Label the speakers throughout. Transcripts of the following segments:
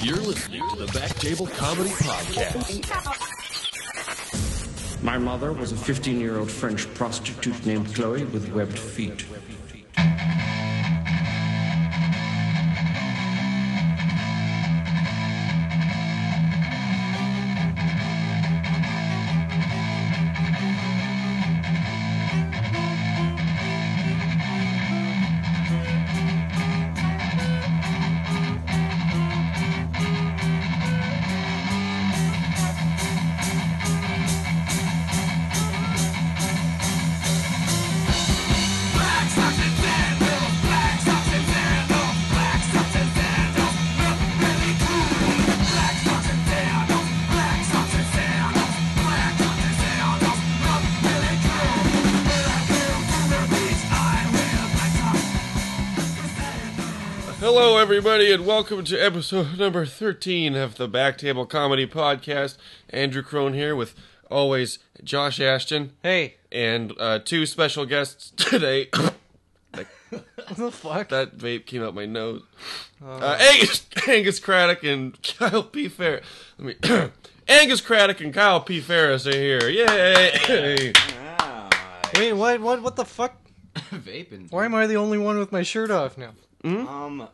Speaker 1: You're listening to the Back Table Comedy Podcast.
Speaker 2: My mother was a 15 year old French prostitute named Chloe with webbed feet.
Speaker 3: Hello, everybody, and welcome to episode number 13 of the Back Table Comedy Podcast. Andrew Crone here with always Josh Ashton. Hey. And uh, two special guests today.
Speaker 4: the fuck? Oh.
Speaker 3: that vape came out my nose. Uh, Angus, Angus Craddock and Kyle P. Ferris. Let me. Angus Craddock and Kyle P. Ferris are here. Yay!
Speaker 4: Wait, what? What? What the fuck?
Speaker 5: Vaping.
Speaker 4: Why am I the only one with my shirt off now?
Speaker 5: Um,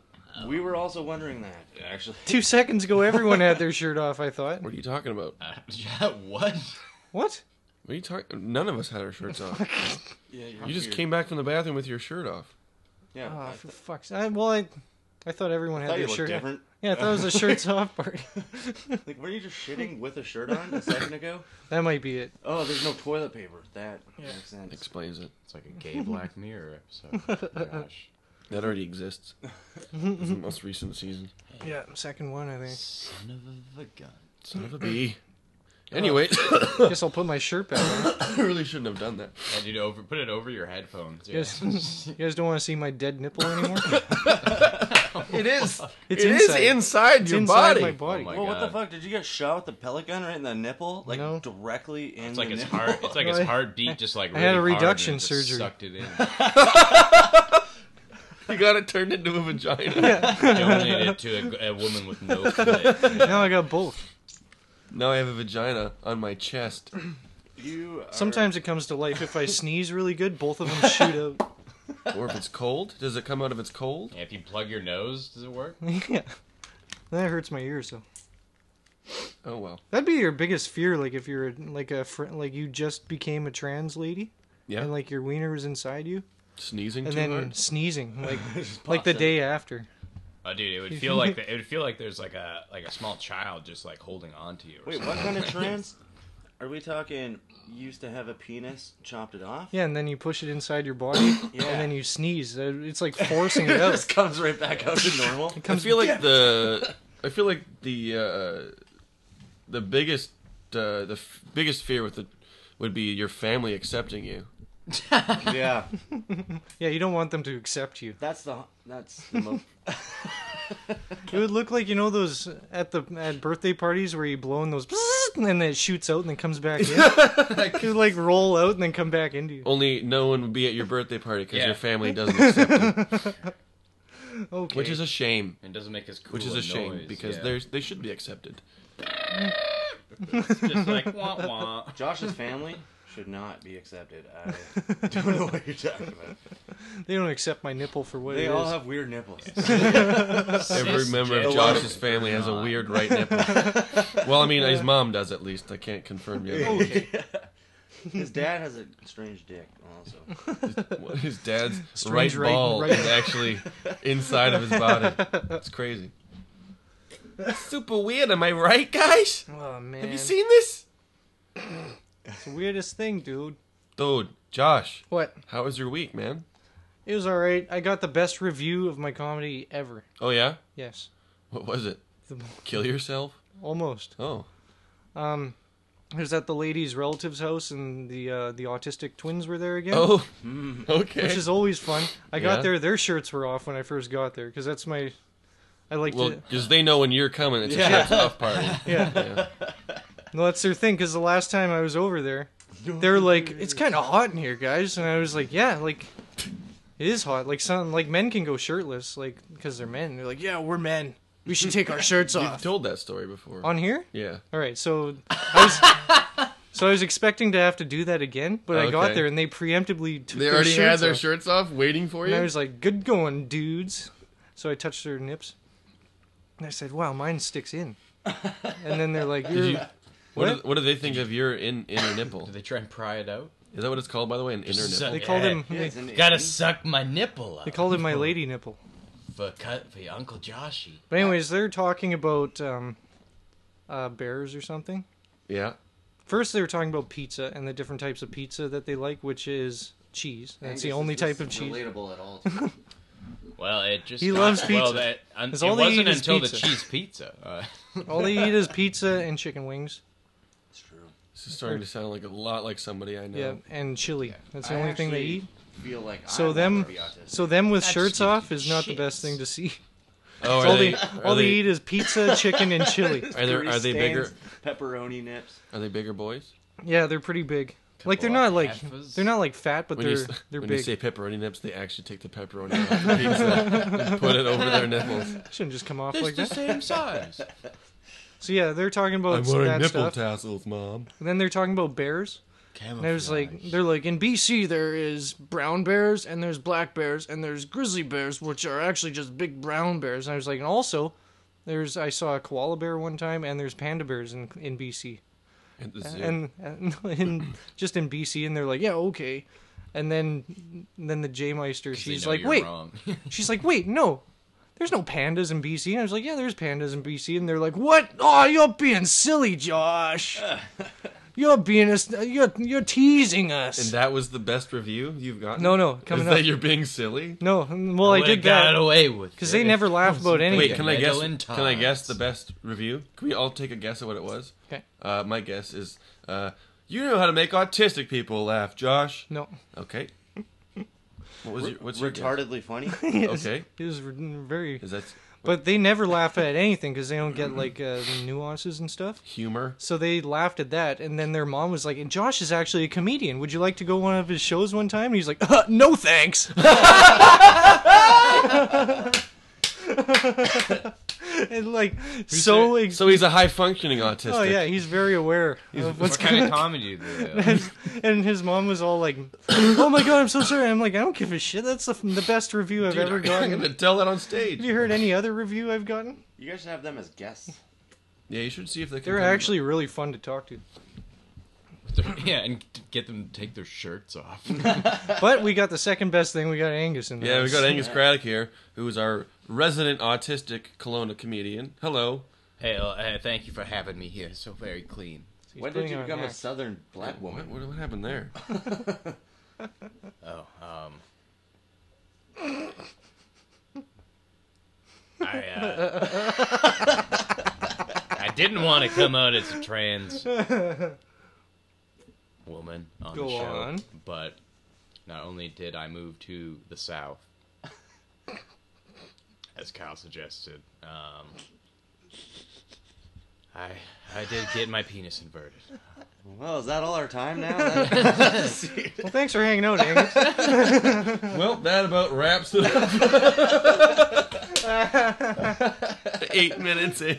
Speaker 5: we were also wondering that actually.
Speaker 4: Two seconds ago, everyone had their shirt off. I thought.
Speaker 3: what are you talking about?
Speaker 5: what?
Speaker 4: What?
Speaker 3: What are you talking? None of us had our shirts on.
Speaker 5: Yeah,
Speaker 3: You just came back from the bathroom with your shirt off.
Speaker 5: Yeah,
Speaker 4: Oh,
Speaker 5: I
Speaker 4: for fuck's sake! I- Well, I, I thought everyone had
Speaker 5: thought you
Speaker 4: their
Speaker 5: looked
Speaker 4: shirt. off.
Speaker 5: different.
Speaker 4: Yeah, I thought it was a shirts off party.
Speaker 5: Like, were you just shitting with a shirt on a second ago?
Speaker 4: That might be it.
Speaker 5: Oh, there's no toilet paper. That makes sense.
Speaker 3: Explains it.
Speaker 6: It's like a gay Black Mirror episode. Gosh.
Speaker 3: That already exists. It's the most recent season.
Speaker 4: Yeah, second one, I think.
Speaker 6: Son of a gun.
Speaker 3: Son of a bee. Anyway, I
Speaker 4: Guess I'll put my shirt back on.
Speaker 3: really shouldn't have done that.
Speaker 6: And you'd over put it over your headphones. Yeah.
Speaker 4: Yes. You guys don't want to see my dead nipple anymore.
Speaker 3: It is.
Speaker 4: It's
Speaker 3: it is
Speaker 4: inside.
Speaker 3: inside
Speaker 4: It's
Speaker 3: your
Speaker 4: inside
Speaker 3: body.
Speaker 4: my body.
Speaker 6: Oh my
Speaker 5: Well, what the
Speaker 6: God.
Speaker 5: fuck? Did you get shot with the pellet gun right in the nipple? Like
Speaker 4: No.
Speaker 5: directly in
Speaker 6: It's
Speaker 5: the
Speaker 6: like his
Speaker 5: nipple?
Speaker 6: heart. It's like his
Speaker 4: Really?
Speaker 6: heartbeat just like.
Speaker 4: I
Speaker 6: Really
Speaker 4: had a
Speaker 6: hard and it
Speaker 4: reduction
Speaker 6: just
Speaker 4: surgery.
Speaker 6: Sucked it in.
Speaker 3: You got it turned into a vagina.
Speaker 6: Donated it to a, a woman with no clit.
Speaker 4: Now I got both.
Speaker 3: now I have a vagina on my chest.
Speaker 5: You are-
Speaker 4: Sometimes it comes to life. If I sneeze really good, both of them shoot out.
Speaker 3: Or if it's cold, does it come out if it's cold?
Speaker 6: Yeah, if you plug your nose, does it work?
Speaker 4: yeah. That hurts my ears though.
Speaker 3: Oh well.
Speaker 4: That'd be your biggest fear, like if you're like a friend, like you just became a trans lady,
Speaker 3: Yeah.
Speaker 4: and like your wiener was inside you,
Speaker 3: Sneezing
Speaker 4: and
Speaker 3: too
Speaker 4: then
Speaker 3: hard.
Speaker 4: sneezing, like
Speaker 5: Just
Speaker 4: like the
Speaker 5: pops out.
Speaker 4: day after.
Speaker 6: Oh, dude, it would feel like the, it would feel like there's like a like a small child just like holding on to you. Or
Speaker 5: Wait,
Speaker 6: something.
Speaker 5: what kind of trans? Are we talking? You used to have a penis, chopped it off.
Speaker 4: Yeah, and then you push it inside your body,
Speaker 5: Yeah.
Speaker 4: and then you sneeze. Uh, It's like forcing it
Speaker 5: It
Speaker 4: out.
Speaker 5: just comes right back out to normal.
Speaker 3: I feel like the I feel like the uh, the biggest uh, the f- biggest fear with the would be your family accepting you.
Speaker 5: yeah,
Speaker 4: Yeah, you don't want them to accept you.
Speaker 5: that's the that's the most.
Speaker 4: It would look like you know those at the at birthday parties where you blow in those, and then it shoots out and then comes back in. it would like roll out and then come back into you.
Speaker 3: Only no one would be at your birthday party because
Speaker 6: Yeah.
Speaker 3: your family doesn't accept you,
Speaker 4: Okay.
Speaker 3: which is a shame.
Speaker 6: And it doesn't make us cool.
Speaker 3: Which is a shame because
Speaker 6: yeah.
Speaker 3: there's they should be accepted.
Speaker 6: It's just like wah wah.
Speaker 5: Josh's family should not be accepted. I don't know what you're talking about.
Speaker 4: they don't accept my nipple for what
Speaker 5: They
Speaker 4: it
Speaker 5: all
Speaker 4: is.
Speaker 5: have weird nipples.
Speaker 3: Every member of
Speaker 6: Cisgender.
Speaker 3: Josh's family has a weird right nipple. well, I mean, his mom does at least. I can't confirm yet.
Speaker 5: His dad has a strange dick, also.
Speaker 3: What, His dad's right
Speaker 4: Strange right-
Speaker 3: ball
Speaker 4: right-
Speaker 3: is actually inside of his body. It's crazy. That's super weird. Am I right, guys?
Speaker 4: oh man,
Speaker 3: Have you seen this,
Speaker 4: it's the weirdest thing, dude?
Speaker 3: dude? Josh,
Speaker 4: What?
Speaker 3: how was your week, man?
Speaker 4: It was all right. I got the best review of my comedy ever.
Speaker 3: Oh yeah,
Speaker 4: Yes,
Speaker 3: what was it?
Speaker 4: The-
Speaker 3: Kill yourself?
Speaker 4: almost.
Speaker 3: Oh,
Speaker 4: Um, it was at the lady's relative's house, and the uh, the autistic twins were there again,
Speaker 3: oh, okay.
Speaker 4: Mm. which is always fun. I
Speaker 3: Yeah.
Speaker 4: got there; their shirts were off when I first got there because that's my. I like
Speaker 3: well,
Speaker 4: to.
Speaker 3: because they know when you're coming, it's
Speaker 5: Yeah.
Speaker 3: a shirts off party.
Speaker 4: Yeah.
Speaker 3: yeah.
Speaker 4: No, that's their thing. Because the last time I was over there, they were like, "It's kind of hot in here, guys," and I was like, "Yeah, like." It is hot. Like some like men can go shirtless, like because they're men. They're like, yeah, we're men. We should take our shirts
Speaker 3: You've
Speaker 4: off.
Speaker 3: told that story before.
Speaker 4: On here?
Speaker 3: yeah.
Speaker 4: All right, so I was so I was expecting to have to do that again, but I got
Speaker 3: Okay.
Speaker 4: there and they preemptively took
Speaker 3: They
Speaker 4: their
Speaker 3: already
Speaker 4: shirts
Speaker 3: had their
Speaker 4: off.
Speaker 3: shirts off, waiting for
Speaker 4: And I
Speaker 3: you.
Speaker 4: was like, "Good going, dudes." So I touched their nips, and I said, "Wow, mine sticks in." And then they're like, You're,
Speaker 3: you- What do,
Speaker 4: What?
Speaker 3: what do they think of your in, inner nipple?
Speaker 6: Did they try and pry it out?
Speaker 3: Is that what it's called, by the way? An inner nipple.
Speaker 6: Suck
Speaker 4: "They called
Speaker 6: it.
Speaker 4: him. They,
Speaker 5: isn't it?
Speaker 6: Gotta suck my nipple out.
Speaker 4: they called him my lady nipple."
Speaker 6: for, cut, for your Uncle Joshy.
Speaker 4: But anyways, they're talking about um, uh, bears or something.
Speaker 3: Yeah.
Speaker 4: First, they were talking about pizza and the different types of pizza that they like, which is cheese. That's the only type of cheese.
Speaker 5: Relatable at all.
Speaker 6: Well, it just
Speaker 4: He loves
Speaker 6: Well,
Speaker 4: pizza.
Speaker 6: that, un-
Speaker 4: That's
Speaker 6: it
Speaker 4: all they
Speaker 6: wasn't
Speaker 4: eat is
Speaker 6: until the
Speaker 4: pizza.
Speaker 6: cheese pizza. Uh,
Speaker 4: All they eat is pizza and chicken wings.
Speaker 5: It's true.
Speaker 3: This is starting to sound like a lot like somebody I know.
Speaker 4: Yeah, and chili. That's the only thing they eat.
Speaker 5: Feel like I
Speaker 4: So
Speaker 5: want
Speaker 4: them,
Speaker 5: to be autistic.
Speaker 4: so them with
Speaker 6: That's
Speaker 4: shirts
Speaker 6: just
Speaker 4: off is not the best
Speaker 6: shits.
Speaker 4: thing to see.
Speaker 3: Oh,
Speaker 4: all
Speaker 3: are
Speaker 4: they,
Speaker 3: they, are
Speaker 4: all they,
Speaker 3: they-
Speaker 4: eat is pizza, chicken, and chili.
Speaker 3: Are there
Speaker 5: Curry
Speaker 3: are they bigger?
Speaker 5: stands, Pepperoni nips.
Speaker 3: Are they bigger boys?
Speaker 4: Yeah, they're pretty big. Like they're
Speaker 6: Couple
Speaker 4: not
Speaker 6: of
Speaker 4: like
Speaker 6: heifers.
Speaker 4: they're not like fat, but
Speaker 3: When
Speaker 4: they're
Speaker 3: you s-
Speaker 4: they're
Speaker 3: when
Speaker 4: big.
Speaker 3: you say pepperoni nips, they actually take the pepperoni off the pizza and put it over their nipples.
Speaker 4: Shouldn't just come off
Speaker 6: it's
Speaker 4: like
Speaker 6: the
Speaker 4: that.
Speaker 6: same size.
Speaker 4: So yeah, they're talking about that stuff.
Speaker 3: tassels, mom.
Speaker 4: And then they're talking about bears.
Speaker 6: Oh,
Speaker 4: And I was like, they're like, in BC there is brown bears and there's black bears and there's grizzly bears, which are actually just big brown bears. And I was like, and also, there's I saw a koala bear one time and there's panda bears in in BC
Speaker 3: At the zoo.
Speaker 4: and, and in just in BC. And they're like, yeah, okay. And then and then the J Meister,
Speaker 6: They
Speaker 4: she's
Speaker 6: know
Speaker 4: like,
Speaker 6: you're
Speaker 4: wait,
Speaker 6: wrong.
Speaker 4: she's like, wait, no. There's no pandas in BC. And I was like, yeah, there's pandas in BC. And they're like, what? Oh, you're being silly, Josh. You're being a, s- you're you're teasing
Speaker 3: And
Speaker 4: us.
Speaker 3: that was the best review you've gotten.
Speaker 4: No, no,
Speaker 3: Is
Speaker 4: coming
Speaker 3: that
Speaker 4: up.
Speaker 3: you're being silly?
Speaker 4: no, well, I
Speaker 6: Would've
Speaker 4: did
Speaker 6: got
Speaker 4: that
Speaker 6: away with
Speaker 4: because
Speaker 6: it.
Speaker 4: they never laugh about anything.
Speaker 3: Wait, can I guess?
Speaker 6: Meddling
Speaker 3: Can I guess the
Speaker 6: times.
Speaker 3: best review? Can we all take a guess at what it was?
Speaker 4: Okay.
Speaker 3: Uh, my guess is, uh, you know how to make autistic people laugh, Josh.
Speaker 4: No,
Speaker 3: Okay. What was your what's your guess?
Speaker 5: Retardedly funny.
Speaker 3: Okay.
Speaker 4: it was r- very.
Speaker 3: Is that
Speaker 4: But they never laugh at anything because they don't get like uh, the nuances and stuff.
Speaker 3: humor?
Speaker 4: So they laughed at that, and then their mom was like, "And Josh is actually a comedian. Would you like to go one of his shows one time?" And he's like, uh, "No, thanks." and like so, ex-
Speaker 3: So he's a high functioning autistic.
Speaker 4: oh yeah, he's very aware of what's
Speaker 6: What kind of comedy do they do?
Speaker 4: And his mom was all like, "Oh my god, I'm so sorry." I'm like, "I don't give a shit. That's the, the best review I've
Speaker 3: Dude,
Speaker 4: ever
Speaker 3: I'm
Speaker 4: gotten."
Speaker 3: gonna tell that on stage.
Speaker 4: Have you heard any other review I've gotten?
Speaker 5: You guys should have them as guests.
Speaker 3: Yeah, you should see if they can.
Speaker 4: They're
Speaker 3: come-
Speaker 4: actually really fun to talk to.
Speaker 6: yeah, and get them to take their shirts off.
Speaker 4: But we got the second best thing. We got Angus in there.
Speaker 3: Yeah, we got Angus Craddock here, who is our resident autistic Kelowna comedian. Hello.
Speaker 6: hey, well, uh, thank you for having me here. So very clean.
Speaker 4: He's
Speaker 5: when did
Speaker 4: putting
Speaker 5: you
Speaker 4: on
Speaker 5: become
Speaker 4: an
Speaker 5: a
Speaker 4: act.
Speaker 5: southern black
Speaker 3: What,
Speaker 5: woman?
Speaker 3: what, what happened there?
Speaker 6: Oh, um. I, uh, I didn't want to come out as a trans woman on
Speaker 4: Go
Speaker 6: the show,
Speaker 4: on.
Speaker 6: but not only did I move to the south, as Kyle suggested, um, I I did get my penis inverted.
Speaker 5: Well, is that all our time now? That-
Speaker 4: Well, thanks for hanging out, Angus.
Speaker 3: well, that about wraps it up. Eight minutes in.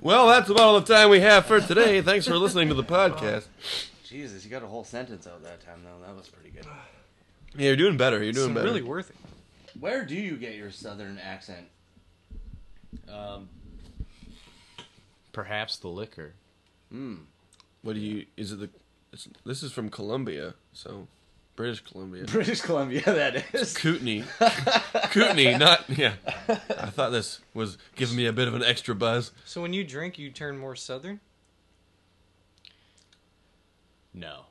Speaker 3: well, that's about all the time we have for today. Thanks for listening to the podcast.
Speaker 5: Jesus, you got a whole sentence out that time though. That was pretty good.
Speaker 3: Yeah, you're doing better. You're
Speaker 4: It's
Speaker 3: doing better.
Speaker 4: really worth it.
Speaker 5: Where do you get your southern accent? Um,
Speaker 6: Perhaps the liquor.
Speaker 3: What do you? Is it the? It's, this is from Colombia, so British Columbia.
Speaker 5: British Columbia, that is.
Speaker 3: Kootenay. Kootenay, not yeah. I thought this was giving me a bit of an extra buzz.
Speaker 4: So when you drink, you turn more southern.
Speaker 6: No.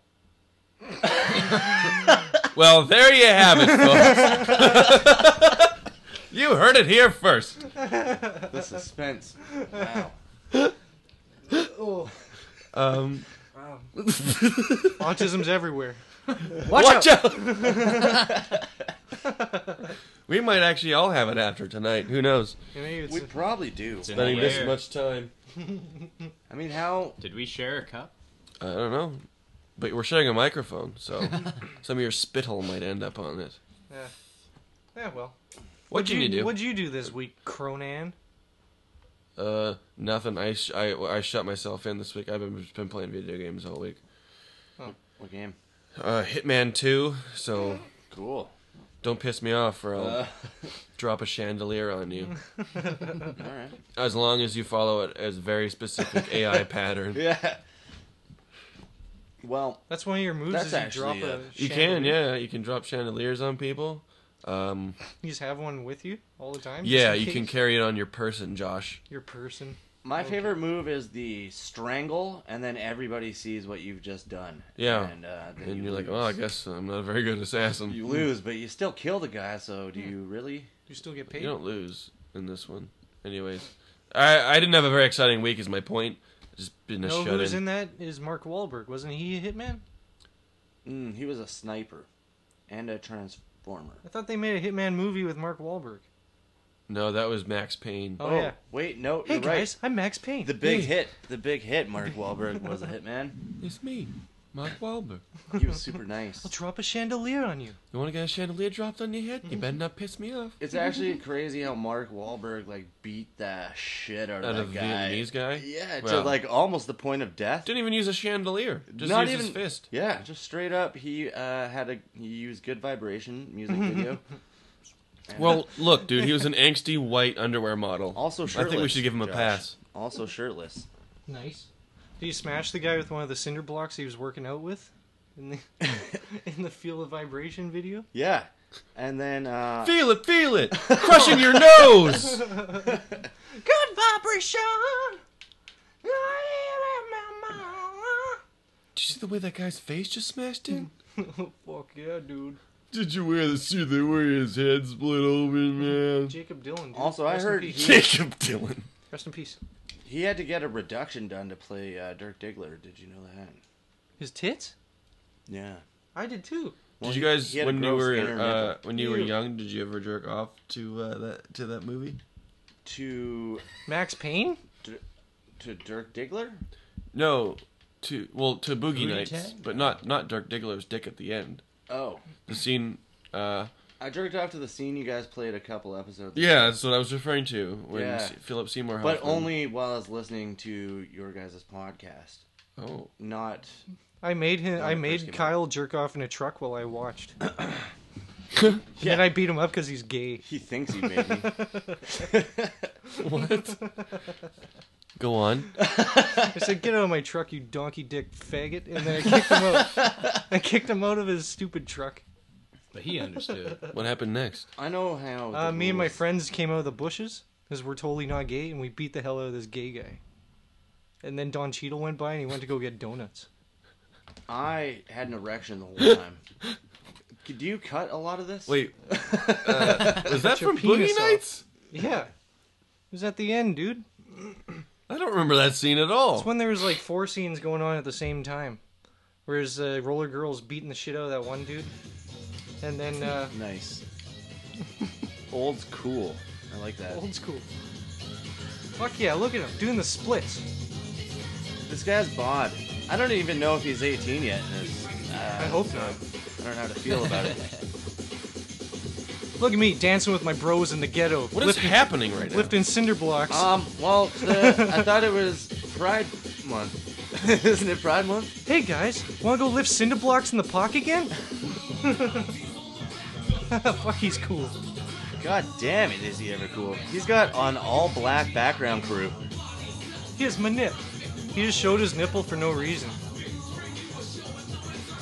Speaker 3: Well, there you have it, folks. you heard it here first.
Speaker 5: The suspense. Wow.
Speaker 3: Um,
Speaker 4: Autism's everywhere.
Speaker 3: watch, out! we might actually all have it after tonight. Who knows?
Speaker 4: You know, it's-
Speaker 5: We probably do.
Speaker 6: It's in
Speaker 3: Spending
Speaker 6: the
Speaker 3: this
Speaker 6: air.
Speaker 3: much time.
Speaker 5: I mean, how?
Speaker 6: Did we share a cup?
Speaker 3: I don't know. But we're sharing a microphone, so some of your spittle might end up on it.
Speaker 4: yeah. yeah, well,
Speaker 3: What did you do?
Speaker 4: What'd you do this week, Cronan?
Speaker 3: Uh, nothing. I, sh- I I shut myself in this week. I've been been playing video games all week.
Speaker 5: What game?
Speaker 3: Uh, Hitman Two. So
Speaker 5: Cool.
Speaker 3: don't piss me off, or I'll drop a chandelier on you.
Speaker 5: All right.
Speaker 3: As long as you follow it as very specific AI pattern.
Speaker 5: Yeah. Well,
Speaker 4: That's one of your moves.
Speaker 5: That's
Speaker 4: is you
Speaker 5: actually,
Speaker 4: drop a
Speaker 5: uh,
Speaker 3: You
Speaker 4: chandelier.
Speaker 3: can, yeah. You can drop chandeliers on people. Um,
Speaker 4: You just have one with you all the time. just
Speaker 3: yeah,
Speaker 4: in
Speaker 3: you can
Speaker 4: case.
Speaker 3: carry it on your person, Josh.
Speaker 4: your person.
Speaker 5: my favorite move is the strangle, and then everybody sees what you've just done.
Speaker 3: Yeah.
Speaker 5: And, uh, then
Speaker 3: And
Speaker 5: you
Speaker 3: you're like,
Speaker 5: lose.
Speaker 3: well, I guess I'm not a very good assassin.
Speaker 5: You
Speaker 3: You,
Speaker 5: lose, but you still kill the guy. So do you really?
Speaker 4: You still get paid.
Speaker 3: don't lose in this one. Anyways, I I didn't have a very exciting week. Is my point. Just been a
Speaker 4: no, who
Speaker 3: shut
Speaker 4: was
Speaker 3: in.
Speaker 4: in that is Mark Wahlberg. Wasn't he a hitman?
Speaker 5: Mm, he was a sniper, and a transformer.
Speaker 4: I thought they made a hitman movie with Mark Wahlberg.
Speaker 3: No, that was Max Payne.
Speaker 4: Oh, yeah.
Speaker 5: Wait, no,
Speaker 4: Hey
Speaker 5: you're
Speaker 4: guys, I'm Max Payne.
Speaker 5: right. The big hit, the big hit. Mark Wahlberg was a hitman.
Speaker 3: It's me, Mark Wahlberg.
Speaker 5: He was super nice.
Speaker 4: I'll drop a chandelier on you.
Speaker 3: You want to get a chandelier dropped on your head? You better not piss me off.
Speaker 5: It's actually crazy how Mark Wahlberg like beat the shit out of
Speaker 3: Out
Speaker 5: that
Speaker 3: of the
Speaker 5: guy.
Speaker 3: Vietnamese guy?
Speaker 5: Yeah, to
Speaker 3: Wow.
Speaker 5: like almost the point of death.
Speaker 3: Didn't even use a chandelier. Just
Speaker 5: Not
Speaker 3: used
Speaker 5: even
Speaker 3: his fist.
Speaker 5: Yeah, just straight up. He uh, had a he used good vibration music video. And
Speaker 3: Well, look, dude, he was an angsty white underwear model.
Speaker 5: also
Speaker 3: I
Speaker 5: shirtless.
Speaker 3: think we should give him a
Speaker 5: Josh.
Speaker 3: pass.
Speaker 5: Also shirtless.
Speaker 4: Nice. Did you smash the guy with one of the cinder blocks he was working out with in the in the feel of vibration video?
Speaker 5: Yeah, and then uh,
Speaker 3: Feel it, feel it, crushing your nose.
Speaker 4: Good vibration. I
Speaker 3: Did you see the way that guy's face just smashed in?
Speaker 4: am a mama. Oh, Fuck yeah, dude.
Speaker 3: Did you wear the suit that where his head split open, man?
Speaker 4: Jacob Dylan. Dude.
Speaker 5: Also, I
Speaker 4: Rest
Speaker 5: heard
Speaker 4: In peace.
Speaker 5: he-
Speaker 3: Jacob Dylan.
Speaker 4: Rest in peace.
Speaker 5: he had to get a reduction done to play uh, Dirk Diggler. Did you know that?
Speaker 4: His tits?
Speaker 5: Yeah.
Speaker 4: I did too.
Speaker 5: Well,
Speaker 3: did you
Speaker 5: he-
Speaker 3: guys
Speaker 5: he had a
Speaker 3: when you
Speaker 5: gross
Speaker 3: were
Speaker 5: inner
Speaker 3: uh,
Speaker 5: nipple.
Speaker 3: when you were
Speaker 4: Ew.
Speaker 3: young? Did you ever jerk off to uh, that to that movie?
Speaker 5: to
Speaker 4: Max Payne?
Speaker 5: to Dirk Diggler?
Speaker 3: No, to well to Boogie
Speaker 6: Booty
Speaker 3: Nights,
Speaker 6: Tang?
Speaker 3: but not not Dirk Diggler's dick at the end.
Speaker 5: Oh,
Speaker 3: The scene. Uh,
Speaker 5: I jerked off to the scene you guys played a couple episodes. ago.
Speaker 3: yeah, that's what I was referring to when
Speaker 5: Yeah.
Speaker 3: Se- Philip Seymour.
Speaker 5: But
Speaker 3: Hoffman-
Speaker 5: only while I was listening to your guys' podcast.
Speaker 3: Oh,
Speaker 5: Not
Speaker 4: I made him.
Speaker 5: the
Speaker 4: I
Speaker 5: first
Speaker 4: made
Speaker 5: game
Speaker 4: Kyle jerk off in a truck while I watched. and then I beat him up because he's gay.
Speaker 5: he thinks he made me.
Speaker 3: go on.
Speaker 4: I said, "Get out of my truck, you donkey dick faggot!" And then I kicked him out. I kicked him out of his stupid truck.
Speaker 6: But he understood.
Speaker 3: what happened next?
Speaker 5: I know how. the
Speaker 4: Uh, me and my
Speaker 5: rules-
Speaker 4: friends came out of the bushes because we're totally not gay, and we beat the hell out of this gay guy. And then Don Cheadle went by, and he went to go get donuts.
Speaker 5: I had an erection the whole time. C- Do you cut a lot of this?
Speaker 3: Wait, uh, was that
Speaker 4: your
Speaker 3: from Boogie
Speaker 4: penis off.
Speaker 3: Nights?
Speaker 4: Yeah, it was at the end, dude.
Speaker 3: I don't remember that scene at all.
Speaker 4: It's when there was like four scenes going on at the same time. Whereas uh, Roller Girl's beating the shit out of that one dude, and then uh,
Speaker 5: Nice. Old's cool. I like that.
Speaker 4: old school. Fuck yeah! Look at him doing the splits.
Speaker 5: This guy's bod. I don't even know if he's 18 yet. and it's-
Speaker 4: I
Speaker 5: Uh,
Speaker 4: hope not.
Speaker 5: I don't know how to feel about it.
Speaker 4: Look at me dancing with my bros in the ghetto,
Speaker 3: What is Uh.
Speaker 4: lifting,
Speaker 3: happening right now?
Speaker 4: lifting cinder blocks.
Speaker 5: Um. Well, the, I thought it was Pride Month. Isn't it Pride Month?
Speaker 4: hey guys, wanna go lift cinder blocks in the park again? Fuck, he's cool.
Speaker 5: God damn it! Is he ever cool? He's got an all-black background crew.
Speaker 4: Here's my nip. He just showed his nipple for no reason.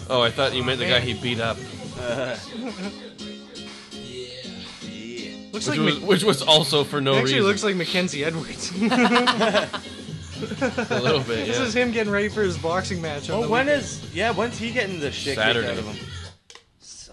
Speaker 3: Oh, I thought you meant the guy he beat up,
Speaker 5: Yeah.
Speaker 4: Looks
Speaker 3: which
Speaker 4: like
Speaker 3: was,
Speaker 4: Mc-
Speaker 3: which was also for no
Speaker 4: actually
Speaker 3: reason.
Speaker 4: looks like Mackenzie Edwards.
Speaker 3: a little bit.
Speaker 4: this
Speaker 3: yeah.
Speaker 4: is him getting ready for his boxing match. On
Speaker 5: Oh,
Speaker 4: the
Speaker 5: when
Speaker 4: weekend.
Speaker 5: is? Yeah, when's he getting the shit
Speaker 3: Saturday.
Speaker 5: kicked out of him? S-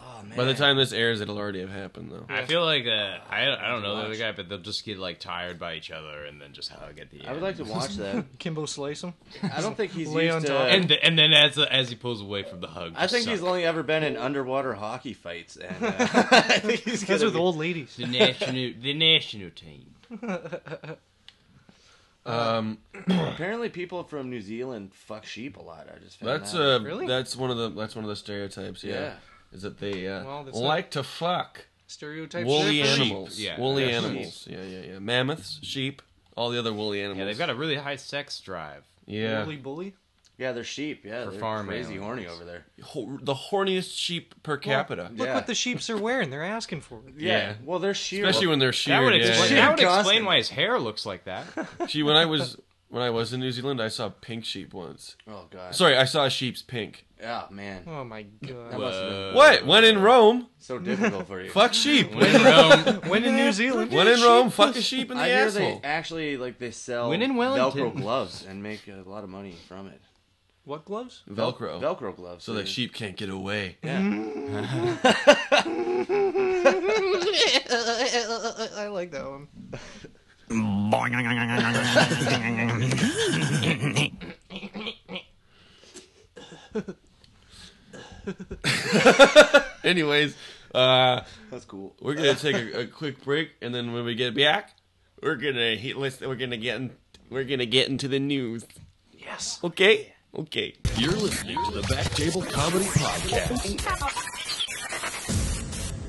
Speaker 5: Oh man.
Speaker 3: By the time this airs, it'll already have happened though.
Speaker 6: I feel like uh, I I don't know the other guy, but they'll just get like tired by each other and then just hug at the end.
Speaker 5: I would like to watch that.
Speaker 4: Kimbo slice him?
Speaker 5: I don't think he's
Speaker 4: Lay on
Speaker 5: used to.
Speaker 4: top.
Speaker 6: and th- and then as as he pulls away from the hug,
Speaker 5: I think he's
Speaker 6: like
Speaker 5: only ever been in underwater hockey fights, and uh, I think he's
Speaker 4: Those
Speaker 5: gonna
Speaker 4: are the
Speaker 5: be-
Speaker 4: old ladies.
Speaker 6: the national the national team.
Speaker 5: Apparently, people from New Zealand fuck sheep a lot. I just found
Speaker 3: That's
Speaker 5: out.
Speaker 3: uh,
Speaker 4: Really?
Speaker 3: that's one of the that's one of the stereotypes. Yeah,
Speaker 5: Yeah.
Speaker 3: is that they uh,
Speaker 4: Well, that's
Speaker 3: like to fuck.
Speaker 4: stereotypes.
Speaker 3: woolly
Speaker 4: there for sheep.
Speaker 3: animals.
Speaker 6: yeah,
Speaker 3: woolly
Speaker 6: yeah,
Speaker 3: animals. Yeah, yeah, yeah. Mammoths, sheep, all the other woolly animals.
Speaker 6: Yeah, they've got a really high sex drive.
Speaker 3: Yeah.
Speaker 4: Woolly bully.
Speaker 5: Yeah, they're sheep. Yeah,
Speaker 6: For
Speaker 5: they're
Speaker 6: farm
Speaker 5: crazy
Speaker 6: animals.
Speaker 5: horny over there.
Speaker 3: Ho- the horniest sheep per capita.
Speaker 4: Look
Speaker 5: Yeah.
Speaker 4: what the sheeps are wearing. They're asking for it.
Speaker 5: Yeah.
Speaker 3: Yeah.
Speaker 5: Well, they're sheep.
Speaker 3: Especially when they're sheared.
Speaker 6: That would,
Speaker 3: yeah,
Speaker 6: explain,
Speaker 3: yeah.
Speaker 6: that would explain
Speaker 5: Constant.
Speaker 6: why his hair looks like that.
Speaker 3: Gee, when I was when I was in New Zealand, I saw pink sheep once.
Speaker 5: Oh god.
Speaker 3: Sorry, I saw a sheep's pink.
Speaker 5: Oh man.
Speaker 4: Oh my god.
Speaker 5: That must have been
Speaker 3: What? When in Rome,
Speaker 5: so difficult for you.
Speaker 3: fuck sheep.
Speaker 6: When in Rome,
Speaker 4: When in New Zealand?
Speaker 3: When in Rome, fuck a sheep in the
Speaker 5: I hear they
Speaker 3: asshole.
Speaker 5: actually like they sell
Speaker 6: When in
Speaker 5: Velcro
Speaker 6: Wellington.
Speaker 5: gloves and make a lot of money from it.
Speaker 4: What gloves?
Speaker 3: Velcro.
Speaker 5: Velcro gloves.
Speaker 3: So that sheep can't get away.
Speaker 4: I like that one.
Speaker 3: Anyways, uh,
Speaker 5: That's cool.
Speaker 3: we're gonna take a, a quick break, and then when we get back, we're gonna hit, listen, we're gonna get in, we're gonna get into the news.
Speaker 4: Yes.
Speaker 3: Okay. Okay.
Speaker 7: You're listening to the Back Table Comedy Podcast.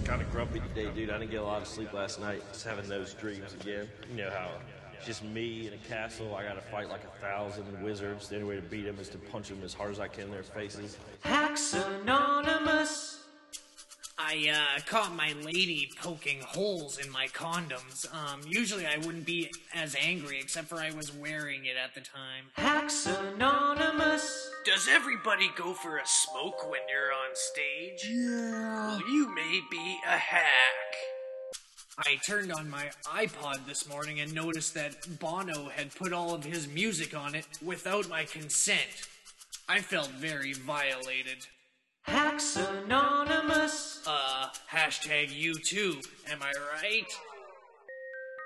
Speaker 8: kind of grumpy today, dude. I didn't get a lot of sleep last night. Just having those dreams again. You know how it's just me in a castle. I got to fight like a thousand wizards. The only way to beat them is to punch them as hard as I can in their faces.
Speaker 9: Hacks Anonymous. I uh, caught my lady poking holes in my condoms. Um, usually I wouldn't be as angry, except for I was wearing it at the time. Hacks Anonymous. Does everybody go for a smoke when you're on stage? Yeah. Well, you may be a hack. I turned on my iPod this morning and noticed that Bono had put all of his music on it without my consent. I felt very violated. Hacks Anonymous! Uh, hashtag you too, am I right?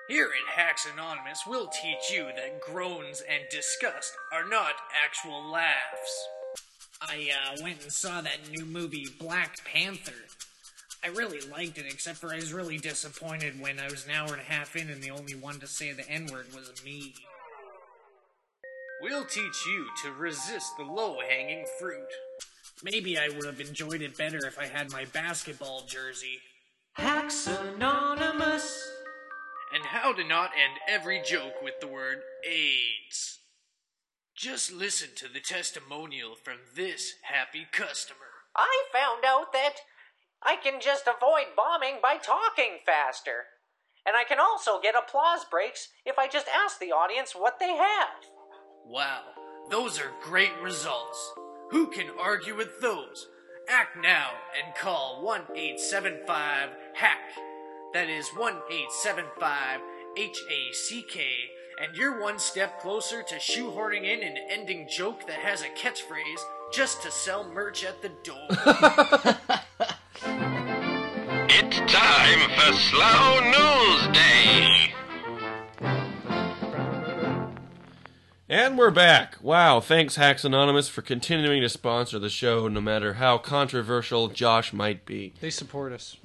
Speaker 9: Here at Hacks Anonymous, we'll teach you that groans and disgust are not actual laughs. I uh, went and saw that new movie, Black Panther. I really liked it, except for I was really disappointed when I was an hour and a half in and the only one to say the N word was me. We'll teach you to resist the low hanging fruit. Maybe I would have enjoyed it better if I had my basketball jersey. Hacks Anonymous! And how to not end every joke with the word AIDS. Just listen to the testimonial from this happy customer.
Speaker 10: I found out that I can just avoid bombing by talking faster. And I can also get applause breaks if I just ask the audience what they have.
Speaker 9: Wow, those are great results. Who can argue with those? Act now and call 1875 HACK. That is 1875 H A C K, and you're one step closer to shoehorning in an ending joke that has a catchphrase just to sell merch at the door.
Speaker 11: It's time for Slow News Day.
Speaker 3: And we're back. Wow, thanks Hacks Anonymous for continuing to sponsor the show no matter how controversial Josh might be.
Speaker 4: They support us.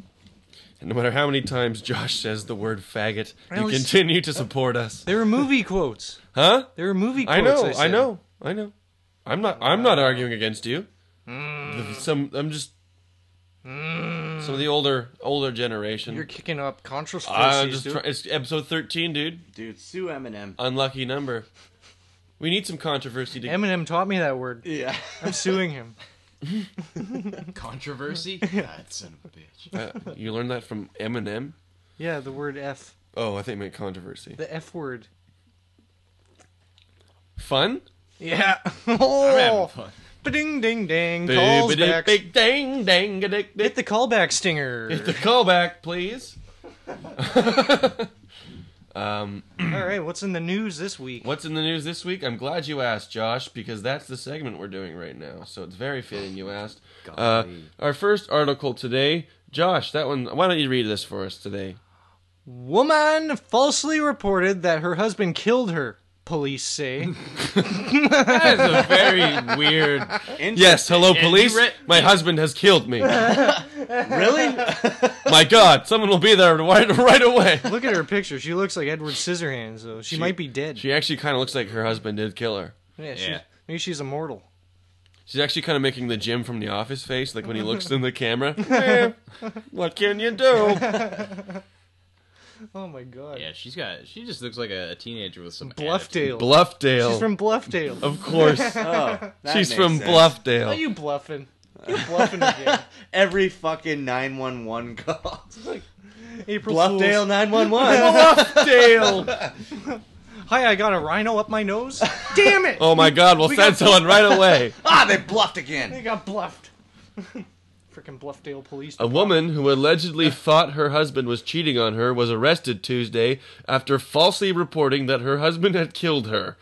Speaker 3: And no matter how many times Josh says the word faggot, you
Speaker 4: always-
Speaker 3: continue to support us.
Speaker 4: There are movie quotes.
Speaker 3: Huh?
Speaker 4: There are movie quotes.
Speaker 3: I know, I,
Speaker 4: said.
Speaker 3: know, I know. I'm not I'm not arguing against you.
Speaker 4: Hmm.
Speaker 3: Some I'm just some of the older older generation.
Speaker 4: You're kicking up controversies.
Speaker 3: I'm just
Speaker 4: dude.
Speaker 3: try- it's episode 13, dude.
Speaker 5: Dude, sue Eminem.
Speaker 3: Unlucky number. We need some controversy to
Speaker 4: Eminem taught me that word.
Speaker 5: Yeah.
Speaker 4: I'm suing him.
Speaker 6: Controversy? God, son of a bitch.
Speaker 3: uh, you learned that from Eminem?
Speaker 4: Yeah, the word F.
Speaker 3: Oh, I think it meant controversy.
Speaker 4: The F word.
Speaker 3: Fun?
Speaker 4: Yeah.
Speaker 6: Having
Speaker 4: Oh.
Speaker 6: fun.
Speaker 4: Ding ding ding. Calls back.
Speaker 3: Big dang dang dick
Speaker 4: Hit
Speaker 3: dick.
Speaker 4: the callback stinger.
Speaker 3: The callback, please.
Speaker 4: All right, what's in the news this week?
Speaker 3: What's in the news this week? I'm glad you asked, Josh, because that's the segment we're doing right now. So it's very fitting you asked. Uh, our first article today, Josh. That one. Why don't you read this for us today?
Speaker 4: Woman falsely reported that her husband killed her. Police say.
Speaker 6: That is a very weird.
Speaker 3: Yes. Hello, police.
Speaker 6: read-
Speaker 3: My husband has killed me.
Speaker 5: Really?
Speaker 3: My God! Someone will be there right right away.
Speaker 4: Look at her picture. She looks like Edward Scissorhands, though. She, might be dead.
Speaker 3: She actually kind of looks like her husband did kill her.
Speaker 4: yeah, she's,
Speaker 6: Yeah.
Speaker 4: maybe she's immortal.
Speaker 3: She's actually kind of making the Jim from The Office face, like when he looks in the camera. Eh, what can you do?
Speaker 4: Oh my god.
Speaker 6: Yeah, she's got. She just looks like a teenager with some
Speaker 4: Bluffdale.
Speaker 3: Bluffdale.
Speaker 4: She's from Bluffdale.
Speaker 3: Of course.
Speaker 5: Oh, that
Speaker 3: She's
Speaker 5: makes
Speaker 3: from
Speaker 5: sense.
Speaker 3: Bluffdale.
Speaker 4: Are you bluffing? You're bluffing again.
Speaker 5: Every fucking 911 call. It's like,
Speaker 4: April
Speaker 5: Bluffdale
Speaker 4: Fool's.
Speaker 5: 911.
Speaker 3: Bluffdale.
Speaker 4: Hi, I got a rhino up my nose. Damn it!
Speaker 3: Oh my God! We'll
Speaker 4: We
Speaker 3: send
Speaker 4: got-
Speaker 3: someone right away.
Speaker 5: ah, they bluffed
Speaker 4: They
Speaker 5: again.
Speaker 4: got bluffed. Freaking Bluffdale police.
Speaker 3: A woman who allegedly thought her husband was cheating on her was arrested Tuesday after falsely reporting that her husband had killed her.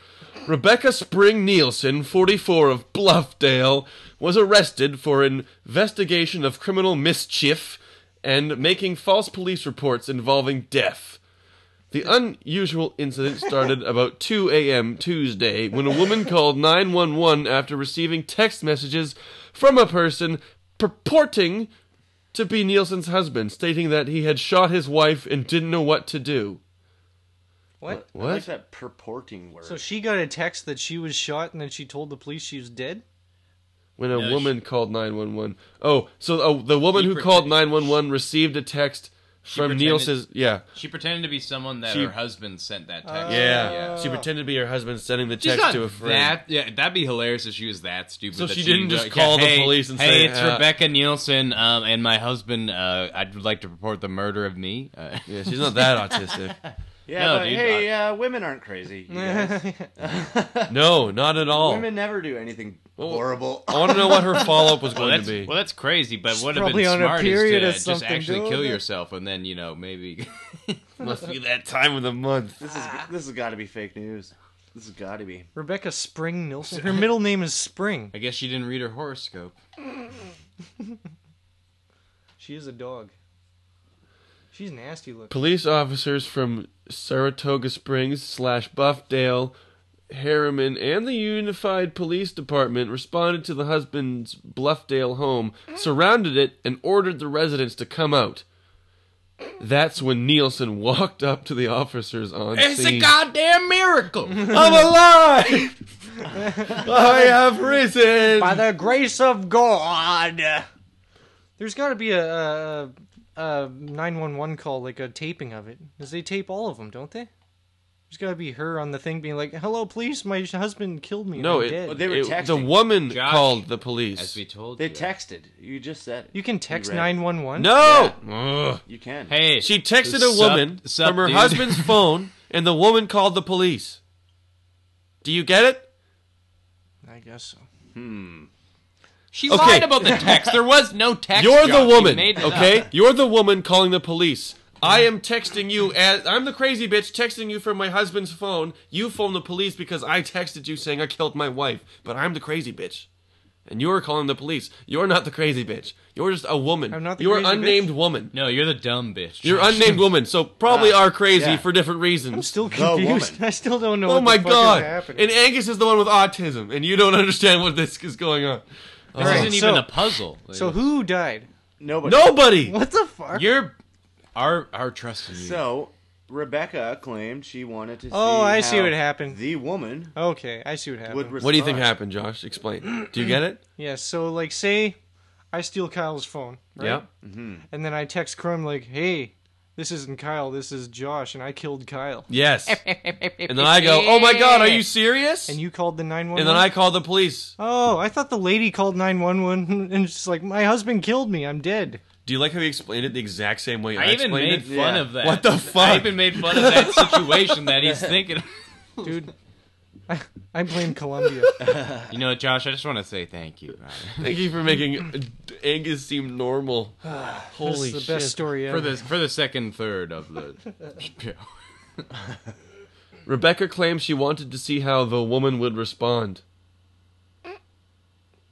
Speaker 3: Rebecca Spring Nielsen, 44 of Bluffdale, was arrested for investigation of criminal mischief and making false police reports involving death. The unusual incident started about 2 a.m. Tuesday when a woman called 911 after receiving text messages from a person purporting to be Nielsen's husband, stating that he had shot his wife and didn't know what to do.
Speaker 4: What?
Speaker 5: I
Speaker 3: What?
Speaker 5: like that purporting word.
Speaker 4: So she got a text that she was shot, and then she told the police she was dead.
Speaker 3: When a
Speaker 6: No,
Speaker 3: woman called 911. Oh, so oh, the woman
Speaker 6: He
Speaker 3: who called
Speaker 6: pretended-
Speaker 3: 911 received a text from
Speaker 6: pretended-
Speaker 3: Nielsen's. Yeah.
Speaker 6: She pretended to be someone that
Speaker 3: She-
Speaker 6: her husband sent that
Speaker 5: Oh.
Speaker 6: text.
Speaker 3: Yeah. She pretended to be her husband sending the
Speaker 6: She's
Speaker 3: text
Speaker 6: not
Speaker 3: to a friend.
Speaker 6: that. Yeah, that'd be hilarious if she was that stupid.
Speaker 3: So
Speaker 6: that
Speaker 3: she didn't just
Speaker 6: like,
Speaker 3: call the
Speaker 6: hey,
Speaker 3: police and
Speaker 6: hey,
Speaker 3: say,
Speaker 6: it's
Speaker 3: uh,
Speaker 6: Rebecca Nielsen, um, and my husband. Uh, I'd like to report the murder of me." Uh,
Speaker 3: Yeah, she's not that autistic.
Speaker 5: yeah,
Speaker 6: No,
Speaker 5: but
Speaker 6: dude,
Speaker 5: hey, uh, women aren't crazy. you guys.
Speaker 3: No, not at all.
Speaker 5: Women never do anything horrible.
Speaker 3: I want to know what her follow up was
Speaker 6: well,
Speaker 3: going
Speaker 6: that's
Speaker 3: to be.
Speaker 6: well, that's crazy. But what would have
Speaker 4: probably
Speaker 6: been
Speaker 4: on a
Speaker 6: smart
Speaker 4: period or
Speaker 6: is to just
Speaker 4: something,
Speaker 6: actually
Speaker 4: dude.
Speaker 6: kill yourself, and then you know maybe.
Speaker 3: Must be that time of the month.
Speaker 5: This is this has got to be fake news. This has got to be.
Speaker 4: Rebecca Spring Nilsson. Her middle name is Spring.
Speaker 6: I guess she didn't read her horoscope.
Speaker 4: She is a dog. She's nasty looking.
Speaker 3: Police officers from Saratoga Springs slash Buffdale, Harriman, and the Unified Police Department responded to the husband's Bluffdale home, surrounded it, and ordered the residents to come out. That's when Nielsen walked up to the officers on scene.
Speaker 6: goddamn miracle.
Speaker 3: I'm alive! I have risen!
Speaker 4: By the grace of God. There's got to be a, a, a 911 call, like a taping of it. Because they tape all of them, don't they? There's got to be her on the thing being like, hello, police, my husband killed me.
Speaker 3: no,
Speaker 4: I'm
Speaker 3: it,
Speaker 4: dead."
Speaker 5: they were
Speaker 3: it- the
Speaker 5: texting.
Speaker 3: woman
Speaker 6: Josh,
Speaker 3: called the police.
Speaker 6: As we told
Speaker 5: They
Speaker 6: you.
Speaker 5: texted. You just said it.
Speaker 4: You can text
Speaker 5: read it.
Speaker 4: 911.
Speaker 3: No. Ugh.
Speaker 5: You can.
Speaker 6: hey,
Speaker 3: She texted a
Speaker 6: sup-
Speaker 3: woman
Speaker 6: sup,
Speaker 3: from her
Speaker 6: dude?
Speaker 3: husband's phone, and the woman called the police. Do you get it?
Speaker 4: I guess so.
Speaker 6: She
Speaker 3: Okay.
Speaker 6: lied about the text. There was no text.
Speaker 3: You're
Speaker 6: Josh.
Speaker 3: the
Speaker 6: You
Speaker 3: woman,
Speaker 6: made it up.
Speaker 3: okay? You're the woman calling the police. I am texting you as I'm the crazy bitch texting you from my husband's phone. You phone the police because I texted you saying I killed my wife, but I'm the crazy bitch. And you're calling the police. You're not the crazy bitch. You're just a woman.
Speaker 4: I'm not the
Speaker 3: You're
Speaker 4: crazy bitch.
Speaker 3: unnamed woman.
Speaker 6: No, Uh, you're the dumb bitch.
Speaker 3: You're unnamed woman, so probably are crazy
Speaker 5: yeah.
Speaker 3: for different reasons.
Speaker 4: I'm still
Speaker 5: woman.
Speaker 4: confused. I still don't know
Speaker 3: Oh
Speaker 4: what
Speaker 3: my
Speaker 4: the fuck is
Speaker 3: god!
Speaker 4: happening.
Speaker 3: And Angus is the one with autism, and you don't understand what this is going on.
Speaker 6: This
Speaker 4: Alright,
Speaker 6: isn't even
Speaker 4: so-
Speaker 6: a puzzle.
Speaker 4: So who died?
Speaker 5: Nobody.
Speaker 3: Nobody.
Speaker 4: What the fuck?
Speaker 6: You're our our trust in you.
Speaker 5: So Rebecca claimed she wanted to.
Speaker 4: Oh,
Speaker 5: see
Speaker 4: I see
Speaker 5: how
Speaker 4: what happened.
Speaker 5: The woman
Speaker 4: okay, I see what happened.
Speaker 5: would. Respond.
Speaker 3: What do you think happened, Josh? Explain. Do you get it?
Speaker 4: yeah, so like say I steal Kyle's phone, right?
Speaker 3: Yeah.
Speaker 4: And then I text Chrome like, "Hey, this isn't Kyle, this is Josh and I killed Kyle."
Speaker 3: Yes. and then I go, "Oh my god, are you serious?"
Speaker 4: And
Speaker 3: And,
Speaker 4: you called the 911.
Speaker 3: then I call the police.
Speaker 4: Oh, I thought the lady called 911 and she's like, "My husband killed me. I'm dead."
Speaker 3: Do you like how he explained it the exact same way I,
Speaker 6: I even
Speaker 3: explained
Speaker 6: made
Speaker 3: it?
Speaker 6: fun of that.
Speaker 3: What the
Speaker 6: I
Speaker 3: fuck?
Speaker 6: even made fun of that situation that he's thinking.
Speaker 4: Dude, I, I blame Columbia.
Speaker 6: You know, what, Josh, I just want to say thank you.
Speaker 3: Thank you for making Angus seem normal.
Speaker 4: this
Speaker 3: Holy
Speaker 4: is the
Speaker 3: shit!
Speaker 4: best story ever.
Speaker 6: for the for the second third of the show.
Speaker 3: Rebecca claimed she wanted to see how the woman would respond.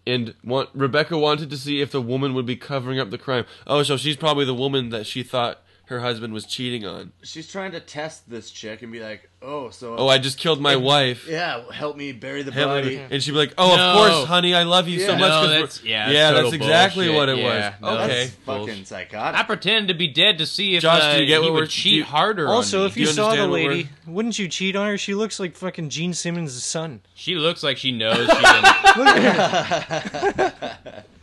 Speaker 3: And want, Rebecca wanted to see if the woman would be covering up the crime. Oh, so she's probably the woman that she thought her husband was cheating on.
Speaker 5: She's trying to test this chick and be like, "Oh, so
Speaker 3: Oh, I just killed my
Speaker 5: And-
Speaker 3: wife.
Speaker 5: Yeah, help me bury the
Speaker 3: Hillary.
Speaker 5: body."
Speaker 3: And she'd be like, "Oh,
Speaker 5: No.
Speaker 3: of course, honey, I love you so
Speaker 5: Yeah.
Speaker 3: much."
Speaker 5: No,
Speaker 3: 'cause we're-"
Speaker 5: that's- yeah,
Speaker 3: yeah,
Speaker 5: that's
Speaker 3: that's
Speaker 5: total
Speaker 3: exactly
Speaker 5: bullshit.
Speaker 3: what it
Speaker 5: Yeah,
Speaker 3: was.
Speaker 5: no,
Speaker 3: okay,
Speaker 5: Oh, that's fucking psychotic.
Speaker 6: I pretend to be dead to see if
Speaker 3: Josh,
Speaker 6: uh,
Speaker 3: do you get
Speaker 6: he
Speaker 3: what we're-
Speaker 6: would cheat
Speaker 3: do you-
Speaker 6: harder. on
Speaker 4: Also,
Speaker 6: me.
Speaker 4: if you, saw the lady, wouldn't you cheat on her? She looks like fucking Gene Simmons' son.
Speaker 6: she looks like she knows. She didn't-
Speaker 4: Look at her.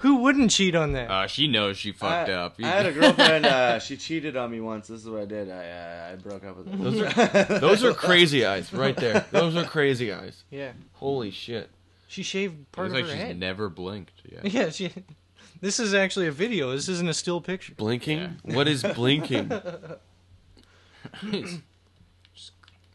Speaker 4: Who wouldn't cheat on that?
Speaker 6: uh, she knows she fucked
Speaker 5: I,
Speaker 6: up.
Speaker 5: I had a girlfriend. Uh, she cheated on me once. This is what I did. I uh, I broke up with her.
Speaker 3: those are those are crazy eyes right there. Those are crazy eyes.
Speaker 4: Yeah.
Speaker 3: Holy shit.
Speaker 4: She shaved part
Speaker 6: Looks
Speaker 4: of
Speaker 6: like
Speaker 4: her
Speaker 6: she's
Speaker 4: head.
Speaker 6: never blinked. Yeah.
Speaker 4: yeah, she. This is actually a video. This isn't a still picture.
Speaker 3: Blinking? What is blinking?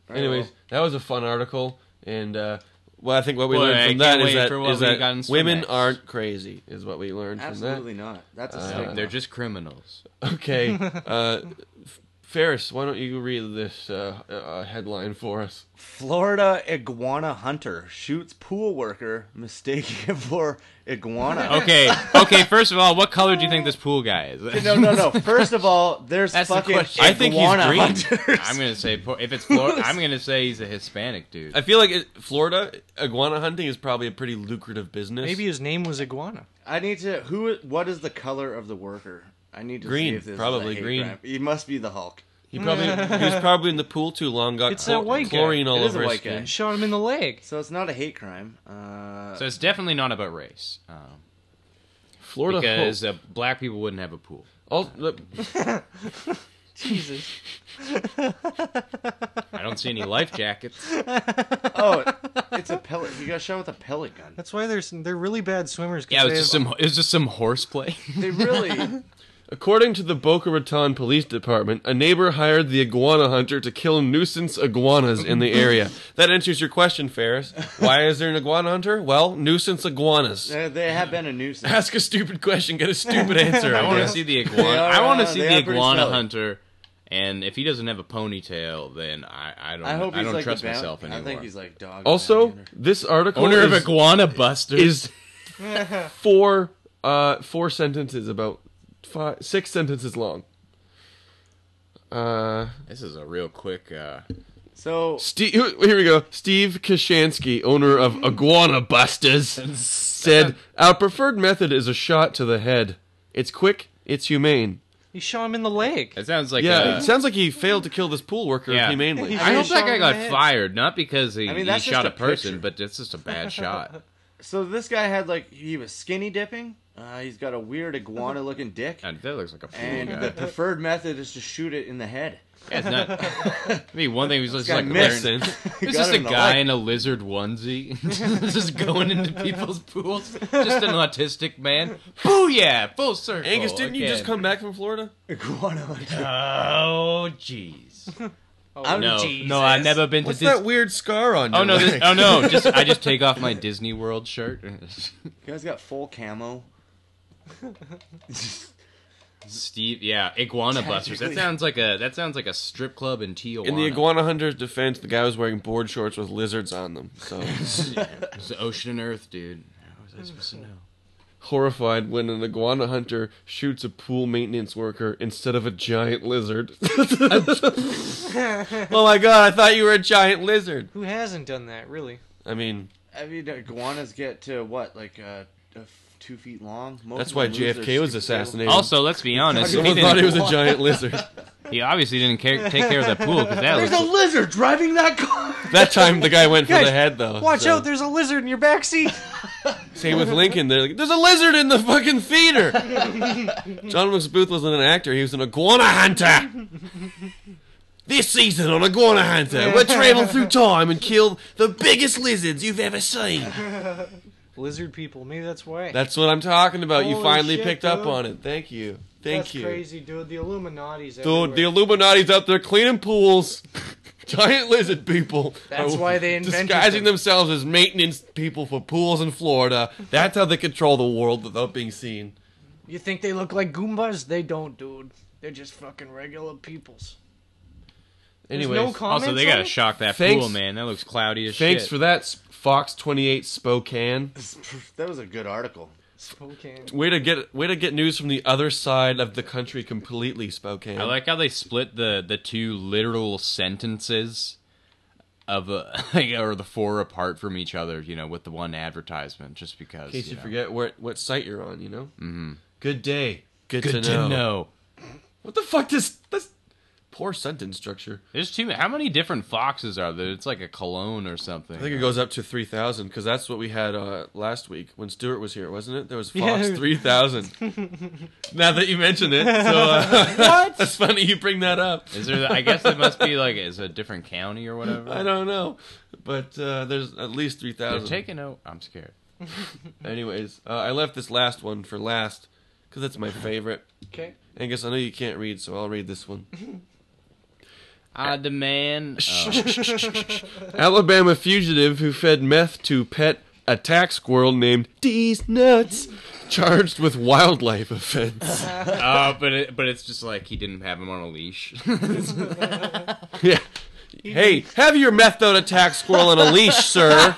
Speaker 3: Anyways, that was a fun article, and uh, well, I think what we
Speaker 6: Boy, I
Speaker 3: learned from
Speaker 6: can't
Speaker 3: that is
Speaker 6: wait
Speaker 3: that,
Speaker 6: for what
Speaker 3: is
Speaker 6: we
Speaker 3: that
Speaker 6: got in swim
Speaker 3: women
Speaker 6: next.
Speaker 3: aren't crazy, is what we learned
Speaker 5: Absolutely
Speaker 3: from that.
Speaker 5: not. That's a
Speaker 3: Uh,
Speaker 5: stigma.
Speaker 6: They're just criminals.
Speaker 3: Okay, uh, F- Ferris, why don't you read this uh, uh, headline for us?
Speaker 5: Florida iguana hunter shoots pool worker mistaken for iguana.
Speaker 6: Okay. Okay. First of all, what color do you think this pool guy is?
Speaker 5: No, no, no. First of all, there's
Speaker 6: That's the
Speaker 5: fucking
Speaker 6: question. I think he's
Speaker 5: iguana
Speaker 6: green.
Speaker 5: hunters.
Speaker 6: I'm gonna say po- if it's Florida, I'm gonna say he's a Hispanic dude.
Speaker 3: I feel like it, Florida iguana hunting is probably a pretty lucrative business.
Speaker 4: Maybe his name was Iguana.
Speaker 5: I need to. Who? What is the color of the worker? I need to
Speaker 3: Green,
Speaker 5: see if this is
Speaker 3: probably
Speaker 5: a hate
Speaker 3: green.
Speaker 5: crime. He must be the Hulk.
Speaker 3: he probably he was probably in the pool too long, got
Speaker 4: It's
Speaker 3: chlor-
Speaker 4: that white guy.
Speaker 3: chlorine all
Speaker 5: It is a
Speaker 3: over his
Speaker 5: white guy.
Speaker 3: skin.
Speaker 4: Shot him in the leg.
Speaker 5: So it's not a hate crime. Uh,
Speaker 6: So it's definitely not about race, um,
Speaker 3: Florida
Speaker 6: because uh, black people wouldn't have a pool.
Speaker 3: Oh, look,
Speaker 4: Jesus.
Speaker 6: I don't see any life jackets.
Speaker 5: oh, it's a pellet. He got shot with a pellet gun.
Speaker 4: That's why they're they're really bad swimmers. 'cause
Speaker 6: Yeah, it was
Speaker 4: they
Speaker 6: just
Speaker 4: have-
Speaker 6: some. It was just some horseplay.
Speaker 5: They really. uh,
Speaker 3: According to the Boca Raton Police Department, a neighbor hired the iguana hunter to kill nuisance iguanas in the area. that answers your question, Ferris. Why is there an iguana hunter? Well, nuisance iguanas.
Speaker 5: They, they have been a nuisance.
Speaker 3: Ask a stupid question, get a stupid answer.
Speaker 6: I want to
Speaker 3: guess.
Speaker 6: see the iguana.
Speaker 5: They are,
Speaker 6: I want
Speaker 5: uh,
Speaker 6: to see
Speaker 5: they
Speaker 6: the
Speaker 5: are pretty
Speaker 6: iguana
Speaker 5: smelly.
Speaker 6: hunter. And if he doesn't have a ponytail, then I, I don't.
Speaker 5: I hope he's
Speaker 6: don't
Speaker 5: like
Speaker 6: trust
Speaker 5: the bound-
Speaker 6: myself anymore.
Speaker 5: I think he's like dog.
Speaker 3: Also,
Speaker 5: bounty
Speaker 3: this article
Speaker 6: Owner of
Speaker 3: is,
Speaker 6: iguana busters.
Speaker 3: is four uh, four sentences about five, six sentences long. Uh,
Speaker 6: this is a real quick. Uh,
Speaker 5: hunter. So
Speaker 3: Steve, here we go. Steve Kashansky, owner of Iguana Busters, said, "Our preferred method is a shot to the head. It's quick, it's humane.
Speaker 4: He shot him in the leg.
Speaker 6: it sounds like
Speaker 3: yeah,
Speaker 6: a-
Speaker 3: it sounds like he failed to kill this pool worker
Speaker 6: Yeah.
Speaker 3: humanely.
Speaker 6: I hope
Speaker 4: shot
Speaker 6: that
Speaker 4: him
Speaker 6: guy
Speaker 4: in the
Speaker 6: got
Speaker 4: head.
Speaker 6: fired, not because he,
Speaker 5: I mean,
Speaker 6: he
Speaker 5: that's just
Speaker 6: shot
Speaker 5: a
Speaker 6: a person,
Speaker 5: picture.
Speaker 6: but it's just a bad shot.
Speaker 5: So this guy had like he was skinny dipping. Uh, he's got a weird iguana looking dick,
Speaker 6: God, that looks like a fool
Speaker 5: and
Speaker 6: guy.
Speaker 5: the preferred method is to shoot it in the head.
Speaker 6: Yeah, it's not. I mean, one thing he was just
Speaker 5: guy
Speaker 6: like
Speaker 5: missed.
Speaker 6: wearing.
Speaker 5: He
Speaker 6: It's just
Speaker 5: got it
Speaker 6: a
Speaker 5: in the
Speaker 6: guy
Speaker 5: leg.
Speaker 6: in a lizard onesie, just going into people's pools. Just an autistic man. Booyah! Full circle.
Speaker 3: Angus, didn't you just
Speaker 6: Oh, again.
Speaker 3: come back from Florida?
Speaker 5: Iguana. hunter.
Speaker 6: Oh, jeez.
Speaker 5: I'm-
Speaker 6: No, no, I've never been to
Speaker 3: What's
Speaker 6: Disney.
Speaker 3: that weird scar on?
Speaker 6: Oh
Speaker 3: your
Speaker 6: no! This,
Speaker 3: leg?
Speaker 6: oh no! Just I just take off my Disney World shirt.
Speaker 5: You guys got full camo.
Speaker 6: Steve, yeah, Iguana Busters. That sounds like a that sounds like a strip club in Tijuana.
Speaker 3: In the iguana hunter's defense, the guy was wearing board shorts with lizards on them. So
Speaker 6: It's the ocean and earth, dude. How was I supposed to know?
Speaker 3: horrified when an iguana hunter shoots a pool maintenance worker instead of a giant lizard. oh my god! I thought you were a giant lizard.
Speaker 4: Who hasn't done that, really?
Speaker 3: I mean,
Speaker 5: I mean, iguanas get to what like uh, uh, f- two feet long. Most
Speaker 3: that's
Speaker 5: of
Speaker 3: why
Speaker 5: them lose their
Speaker 3: JFK was
Speaker 5: stupid
Speaker 3: assassinated.
Speaker 6: Also, let's be honest. He,
Speaker 3: Someone thought he
Speaker 6: didn't,
Speaker 3: was a giant lizard.
Speaker 6: he obviously didn't care, take care of that pool because that
Speaker 5: tail.
Speaker 6: was.
Speaker 5: There's a lizard driving that car.
Speaker 3: That time the guy went for
Speaker 4: Guys,
Speaker 3: the head though.
Speaker 4: Watch
Speaker 3: so-
Speaker 4: out! There's a lizard in your backseat.
Speaker 3: Same with Lincoln. They're like, There's a lizard in the fucking theater. John Wilkes Booth wasn't an actor. He was an iguana hunter. This season on Iguana Hunter, we'll travel through time and kill the biggest lizards you've ever seen.
Speaker 4: lizard people. Maybe that's why.
Speaker 3: That's what I'm talking about. you
Speaker 4: Holy
Speaker 3: finally
Speaker 4: shit,
Speaker 3: picked up
Speaker 4: dude.
Speaker 3: on it. Thank you. Thank
Speaker 4: That's
Speaker 3: you.
Speaker 4: crazy, dude. The Illuminati's.
Speaker 3: Dude, the
Speaker 4: everywhere.
Speaker 3: Illuminati's out there cleaning pools. Giant lizard people.
Speaker 4: That's
Speaker 3: are
Speaker 4: why they invented
Speaker 3: disguising
Speaker 4: them.
Speaker 3: themselves as maintenance people for pools in Florida. That's how they control the world without being seen.
Speaker 4: you think they look like Goombas? They don't, dude. They're just fucking regular peoples.
Speaker 3: Anyways,
Speaker 4: no com-
Speaker 6: also, they
Speaker 4: comments on
Speaker 6: gotta
Speaker 4: it?
Speaker 6: shock that
Speaker 3: Thanks-
Speaker 6: pool, man. That looks cloudy as
Speaker 3: thanks
Speaker 6: shit.
Speaker 3: for that, S- Fox 28 Spokane.
Speaker 5: that was a good article.
Speaker 4: Spokane.
Speaker 3: Way to get way to get news from the other side of the country completely, Spokane.
Speaker 6: I like how they split the the two literal sentences of uh, like, or the four apart from each other. You know, with the one advertisement, just because.
Speaker 3: in case you,
Speaker 6: know.
Speaker 3: forget what what site you're on, you know.
Speaker 6: Mhm.
Speaker 3: Good day. Good,
Speaker 6: Good to know.
Speaker 3: What the fuck does this poor sentence structure?
Speaker 6: There's too many. How many different foxes are there? It's like a cologne or something.
Speaker 3: I think it goes up to three thousand because that's what we had uh, last week when Stuart was here, wasn't it? There was Fox
Speaker 6: Yeah.
Speaker 3: three thousand. now that you mention it, so uh,
Speaker 6: What?
Speaker 3: That's funny you bring that up.
Speaker 6: Is there? I guess it must be like is a different county or whatever.
Speaker 3: I don't know, but uh, there's at least three
Speaker 6: They're
Speaker 3: thousand.
Speaker 6: taking out. I'm scared.
Speaker 3: Anyways, uh, I left this last one for last because that's my favorite.
Speaker 4: 'Kay.
Speaker 3: Angus, I know you can't read, so I'll read this one.
Speaker 6: I demand.
Speaker 3: Alabama fugitive who fed meth to pet attack squirrel named D's Nuts, charged with wildlife offense.
Speaker 6: Uh, but it, but it's just like he didn't have him on a leash.
Speaker 3: yeah. Hey, have your methadone attack squirrel on a leash, sir.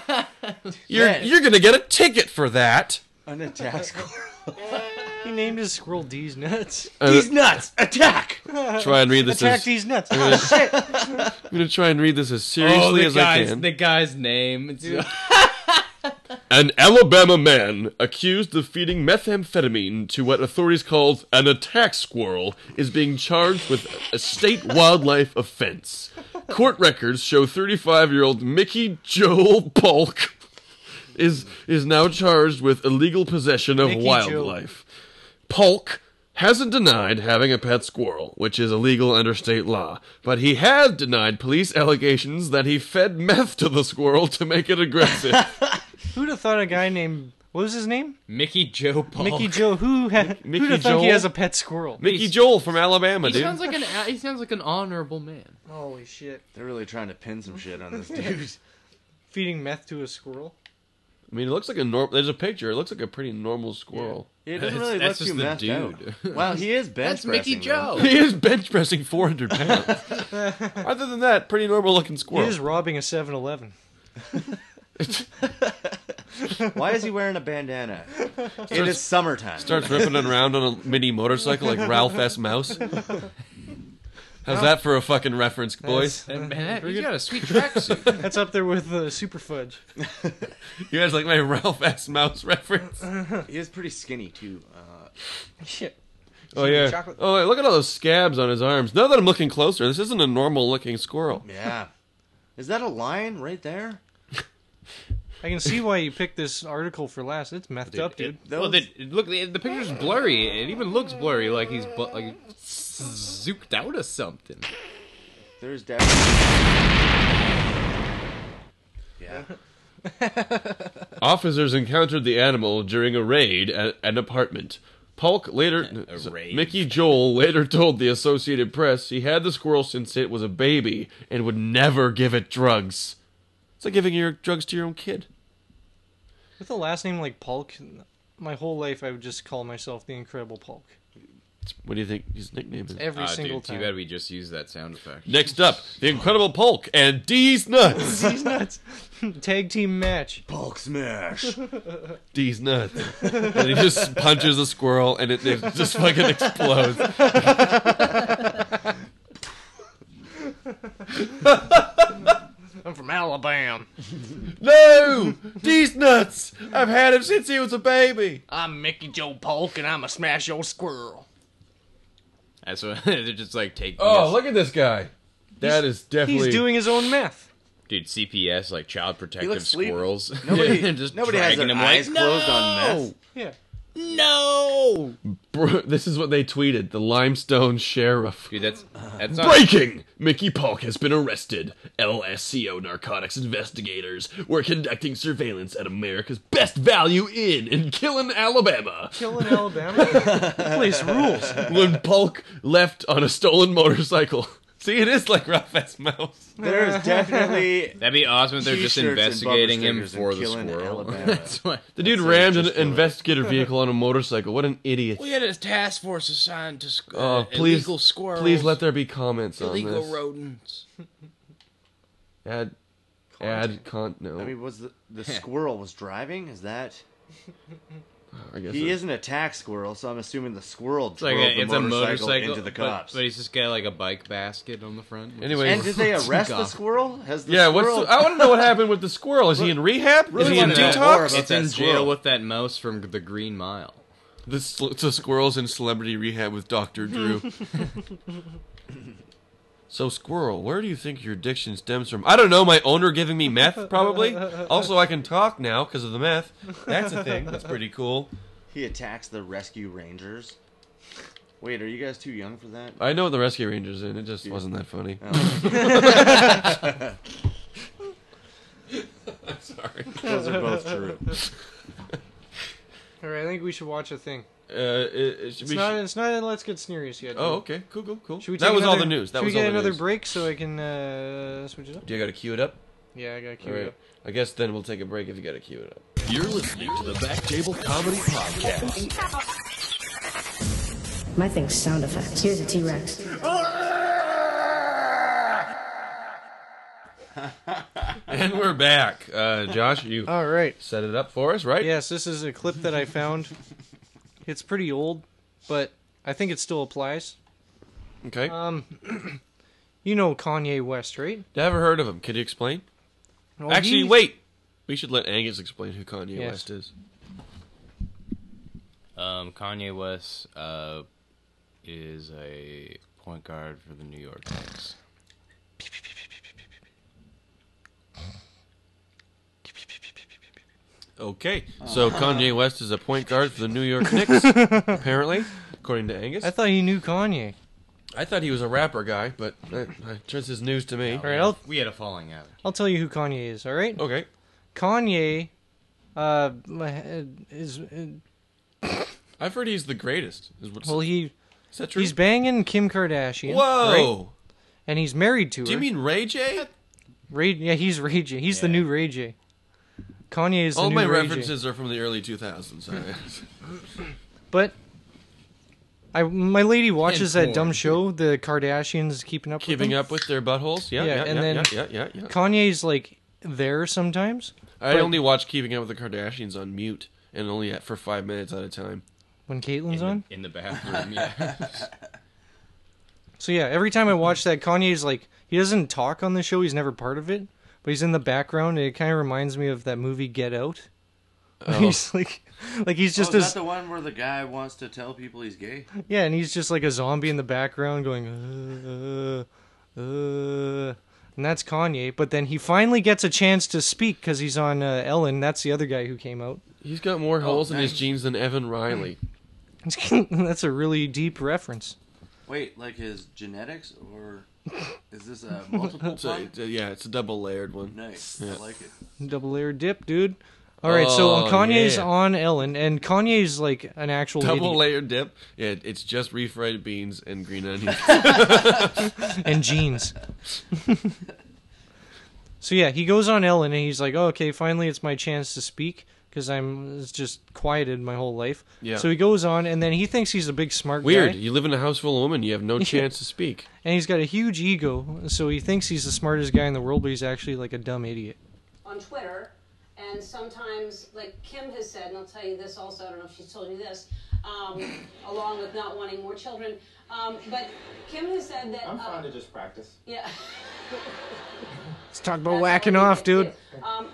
Speaker 3: You're
Speaker 4: Yes.
Speaker 3: you're gonna get a ticket for that.
Speaker 5: An attack squirrel.
Speaker 4: he named his squirrel D's nuts.
Speaker 3: Uh,
Speaker 4: D's nuts! Attack!
Speaker 3: Try and read this
Speaker 4: Attack
Speaker 3: as-
Speaker 4: D's nuts.
Speaker 3: I'm gonna-
Speaker 4: Oh, shit!
Speaker 3: I'm gonna try and read this as seriously
Speaker 6: Oh, the
Speaker 3: as I
Speaker 6: guy's,
Speaker 3: can.
Speaker 6: The guy's name. It's,
Speaker 3: An Alabama man accused of feeding methamphetamine to what authorities called an attack squirrel is being charged with a state wildlife offense. Court records show 35-year-old Mickey Joel Polk is is now charged with illegal possession of
Speaker 4: Mickey Joel.
Speaker 3: wildlife. Polk hasn't denied having a pet squirrel, which is illegal under state law, but he has denied police allegations that he fed meth to the squirrel to make it aggressive.
Speaker 4: Who'd have thought a guy named. What was his name?
Speaker 6: Mickey Joe Paul.
Speaker 4: Mickey Joe. Who ha-
Speaker 3: Oh. Mickey
Speaker 4: who'd have thought he
Speaker 3: Joel?
Speaker 4: has a pet squirrel?
Speaker 3: Mickey Joel from Alabama,
Speaker 6: He
Speaker 3: dude.
Speaker 6: sounds like an he sounds like an honorable man.
Speaker 4: Holy shit.
Speaker 5: They're really trying to pin some shit on this dude.
Speaker 4: Feeding meth to a squirrel?
Speaker 3: I mean, it looks like a normal. There's a picture. It looks like a pretty normal squirrel.
Speaker 5: He doesn't
Speaker 6: That's-
Speaker 5: really
Speaker 6: that's
Speaker 5: let
Speaker 6: just
Speaker 5: you
Speaker 6: the
Speaker 5: mess
Speaker 6: dude.
Speaker 5: out. Wow, he is bench
Speaker 6: That's Mickey
Speaker 5: pressing, man.
Speaker 6: Joe.
Speaker 3: He is bench pressing 400 pounds. Other than that, pretty normal looking
Speaker 4: He
Speaker 3: squirrel.
Speaker 4: is robbing a 7 Eleven.
Speaker 5: Why is he wearing a bandana? it is summertime.
Speaker 3: Starts ripping it around on a mini motorcycle like Ralph S. Mouse. How's that for a fucking reference, boys?
Speaker 6: And man, that, he's got a sweet tracksuit.
Speaker 4: That's up there with uh, Super Fudge.
Speaker 3: You guys like my Ralph S. Mouse reference?
Speaker 5: He is pretty skinny too. Uh,
Speaker 4: Shit.
Speaker 3: Oh yeah.
Speaker 4: Chocolate.
Speaker 3: Oh, wait, look at all those scabs on his arms. Now that I'm looking closer, this isn't a normal looking squirrel.
Speaker 5: yeah. Is that a lion right there?
Speaker 4: I can see why you picked this article for last. It's methed up, dude.
Speaker 5: Those-
Speaker 6: well, the, look, the, the picture's blurry. It even looks blurry, like he's bu- like zooked out of something.
Speaker 5: There's definitely. Yeah.
Speaker 3: Officers encountered the animal during a raid at an apartment. Polk later, uh,
Speaker 6: A raid.
Speaker 3: Mickey Joel later told the Associated Press he had the squirrel since it was a baby and would never give it drugs. It's like giving your drugs to your own kid.
Speaker 4: With a last name like Polk, my whole life I would just call myself the Incredible Polk.
Speaker 3: What do you think his nickname is?
Speaker 4: Every
Speaker 6: Ah,
Speaker 4: single
Speaker 6: dude,
Speaker 4: time.
Speaker 6: Too bad we just used that sound effect.
Speaker 3: Next up, the Incredible Polk and D's Nuts.
Speaker 4: He's nuts. Tag team match.
Speaker 5: Bulk smash.
Speaker 3: D's Nuts, and he just punches a squirrel and it, it just fucking explodes.
Speaker 4: I'm from Alabama.
Speaker 3: No, D's Nuts. I've had him since he was a baby.
Speaker 4: I'm Mickey Joe Polk, and I'm a smash your squirrel.
Speaker 6: That's what they're just like taking.
Speaker 3: Oh,
Speaker 6: this-
Speaker 3: look at this guy. That is definitely.
Speaker 4: He's doing his own meth.
Speaker 6: dude, CPS like child protective
Speaker 5: sleepy.
Speaker 6: squirrels.
Speaker 5: Nobody-
Speaker 6: And just
Speaker 5: nobody has
Speaker 6: dragging
Speaker 5: their
Speaker 6: him
Speaker 5: eyes
Speaker 6: like,
Speaker 5: closed
Speaker 6: no!
Speaker 5: on meth."
Speaker 4: Yeah.
Speaker 6: No,
Speaker 3: Bro, this is what they tweeted. The Limestone Sheriff.
Speaker 6: dude, that's
Speaker 5: Uh,
Speaker 6: that's not
Speaker 3: Breaking! Mickey Polk has been arrested. LSCO narcotics investigators were conducting surveillance at America's Best Value Inn in Killen, Alabama.
Speaker 4: Killing Alabama. This place rules.
Speaker 3: when Polk left on a stolen motorcycle. See, it is like Ralph S. Mouse.
Speaker 5: There is definitely.
Speaker 6: That'd be awesome if they're just
Speaker 5: T-shirts and bumper
Speaker 6: investigating him
Speaker 5: stickers in
Speaker 6: for the
Speaker 5: Killen,
Speaker 6: squirrel.
Speaker 5: Alabama.
Speaker 6: That's what.
Speaker 3: The dude
Speaker 5: That's it,
Speaker 3: rammed an
Speaker 5: just do it.
Speaker 3: investigator vehicle on a motorcycle. What an idiot.
Speaker 6: We had a task force assigned to squ- uh,
Speaker 3: Oh, please, please let there be comments on this.
Speaker 6: rodents.
Speaker 3: Add, add, con- no.
Speaker 5: I mean, was the, the squirrel was driving? Is that?
Speaker 3: I guess
Speaker 5: He
Speaker 3: it-
Speaker 5: is an attack squirrel, so I'm assuming the squirrel
Speaker 6: It's
Speaker 5: drove
Speaker 6: like a,
Speaker 5: the
Speaker 6: it's a
Speaker 5: motorcycle,
Speaker 6: motorcycle
Speaker 5: into the
Speaker 6: but-
Speaker 5: cops.
Speaker 6: But, he's just got like a bike basket on the front. with
Speaker 3: Anyway,
Speaker 6: his-
Speaker 5: and did they
Speaker 6: some
Speaker 5: arrest the
Speaker 6: goth-
Speaker 5: squirrel? Has the
Speaker 3: yeah,
Speaker 5: squirrel?
Speaker 3: what's the, oh! I want to know what happened with the squirrel. Is he in rehab? is
Speaker 5: Really
Speaker 3: he in
Speaker 5: wanna know more
Speaker 3: detox?
Speaker 5: about
Speaker 6: It's in
Speaker 5: that
Speaker 6: jail
Speaker 5: squirrel.
Speaker 6: with that mouse from the Green Mile.
Speaker 3: The, sl- the squirrel's in celebrity rehab with Dr. Drew. so, squirrel, where do you think your addiction stems from? I don't know, my owner giving me meth, probably. also, I can talk now because of the meth. That's a thing. That's pretty cool.
Speaker 5: He attacks the rescue rangers. Wait, are you guys too young for that?
Speaker 3: I know what the Rescue Rangers in. It just wasn't that funny.
Speaker 5: Oh.
Speaker 3: I'm sorry.
Speaker 5: Those are both true.
Speaker 4: All right, I think we should watch a thing.
Speaker 3: Uh, it, it should
Speaker 4: It's
Speaker 3: be.
Speaker 4: not. It's not. in Let's get sneerious yet.
Speaker 3: oh, okay. Cool, cool, cool.
Speaker 4: Should we
Speaker 3: that
Speaker 4: take
Speaker 3: was all
Speaker 4: another-
Speaker 3: the news. That
Speaker 4: should
Speaker 3: was
Speaker 4: we get
Speaker 3: all the
Speaker 4: another
Speaker 3: news.
Speaker 4: break so I can uh, switch it up?
Speaker 3: Do you got to cue it up?
Speaker 4: Yeah, I got
Speaker 3: All right.
Speaker 4: queued up.
Speaker 3: I guess then we'll take a break if you got to cue it up.
Speaker 1: You're listening to the Back Table Comedy Podcast.
Speaker 12: My thing's sound effects. Here's a T Rex.
Speaker 3: and we're back. Uh, Josh, you
Speaker 4: All right.
Speaker 3: set it up for us, right?
Speaker 4: Yes, this is a clip that I found. it's pretty old, but I think it still applies.
Speaker 3: Okay.
Speaker 4: Um, you know Kanye West, right?
Speaker 3: Never heard of him. Could you explain?
Speaker 4: Well,
Speaker 3: Actually,
Speaker 4: Oh, he-
Speaker 3: wait. We should let Angus explain who Kanye
Speaker 4: Yes.
Speaker 3: West is.
Speaker 6: Um, Kanye West uh, is a point guard for the New York Knicks.
Speaker 3: Okay.
Speaker 4: Oh.
Speaker 3: So Kanye West is a point guard for the New York Knicks, apparently, according to Angus.
Speaker 4: I thought you knew Kanye.
Speaker 3: I thought he was a rapper guy, but uh, uh, this is news to me.
Speaker 4: All right, I'll
Speaker 6: We had a falling out.
Speaker 4: I'll tell you who Kanye is. All right,
Speaker 3: Okay.
Speaker 4: Kanye. Uh, is well
Speaker 3: I've heard he's the greatest. Is, what's,
Speaker 4: he
Speaker 3: is that true?
Speaker 4: he's banging Kim Kardashian. right?
Speaker 3: Whoa.
Speaker 4: And he's married to her.
Speaker 3: Do you mean Ray J?
Speaker 4: Ray? Yeah, he's Ray J. He's the new Ray J. Kanye is the
Speaker 3: All
Speaker 4: new
Speaker 3: my
Speaker 4: Ray J.
Speaker 3: references are from the early 2000s. I-
Speaker 4: But I, my lady watches
Speaker 6: And
Speaker 4: that dumb
Speaker 6: porn.
Speaker 4: show, The Kardashians Keeping Up.
Speaker 3: Keeping
Speaker 4: with
Speaker 3: up with their buttholes. Yeah,
Speaker 4: Yeah,
Speaker 3: yeah, yeah,
Speaker 4: and
Speaker 3: yeah,
Speaker 4: then-
Speaker 3: yeah, yeah, yeah.
Speaker 4: them. Kanye's like there sometimes
Speaker 3: I
Speaker 4: but-
Speaker 3: only watch Keeping Up with the Kardashians on mute and only at, for five minutes at a time.
Speaker 4: when Caitlyn's
Speaker 6: In
Speaker 4: on.
Speaker 6: the, in the bathroom, yeah.
Speaker 4: So yeah, every time I watch that, Kanye's like he doesn't talk on the show. He's never part of it, but he's in the background. And it kind of reminds me of that movie Get Out. He's like, like he's just
Speaker 5: oh,
Speaker 4: a
Speaker 5: is that the one where the guy wants to tell people he's gay?
Speaker 4: yeah, and he's just like a zombie in the background going, uh, uh, and that's Kanye. But then he finally gets a chance to speak because he's on uh, Ellen. That's the other guy who came out.
Speaker 3: He's got more holes in his
Speaker 5: nice.
Speaker 3: jeans than Evan Riley.
Speaker 4: That's a really deep reference.
Speaker 5: Wait, like his genetics, or is this a multiple
Speaker 3: So,
Speaker 5: pun?
Speaker 3: it's a- yeah, it's a double layered one.
Speaker 5: Nice, I like it.
Speaker 4: Double layer dip, dude. All right, so uh,
Speaker 3: Oh,
Speaker 4: Kanye's
Speaker 3: yeah.
Speaker 4: on Ellen, and Kanye's like an actual
Speaker 3: Double
Speaker 4: idiot.
Speaker 3: layered dip. Yeah, it- it's just refried beans and green onions.
Speaker 4: and jeans. so yeah, he goes on Ellen and he's like, oh, "Okay, finally, it's my chance to speak because I'm it's just quieted my whole life."
Speaker 3: Yeah.
Speaker 4: So he goes on, and then he thinks he's a big smart
Speaker 3: Weird.
Speaker 4: guy,
Speaker 3: You live in a house full of women. You have no chance to speak.
Speaker 4: and he's got a huge ego, so he thinks he's the smartest guy in the world, but he's actually like a dumb idiot.
Speaker 13: on Twitter, and sometimes, like Kim has said, and I'll tell you this also, I don't know if she's told you this, um, along with not wanting more children, um, but Kim has said that. I'm trying to just practice. Yeah.
Speaker 4: Let's talk about
Speaker 13: That's
Speaker 4: whacking
Speaker 13: all you
Speaker 4: off,
Speaker 13: can do.
Speaker 4: dude.
Speaker 13: Um,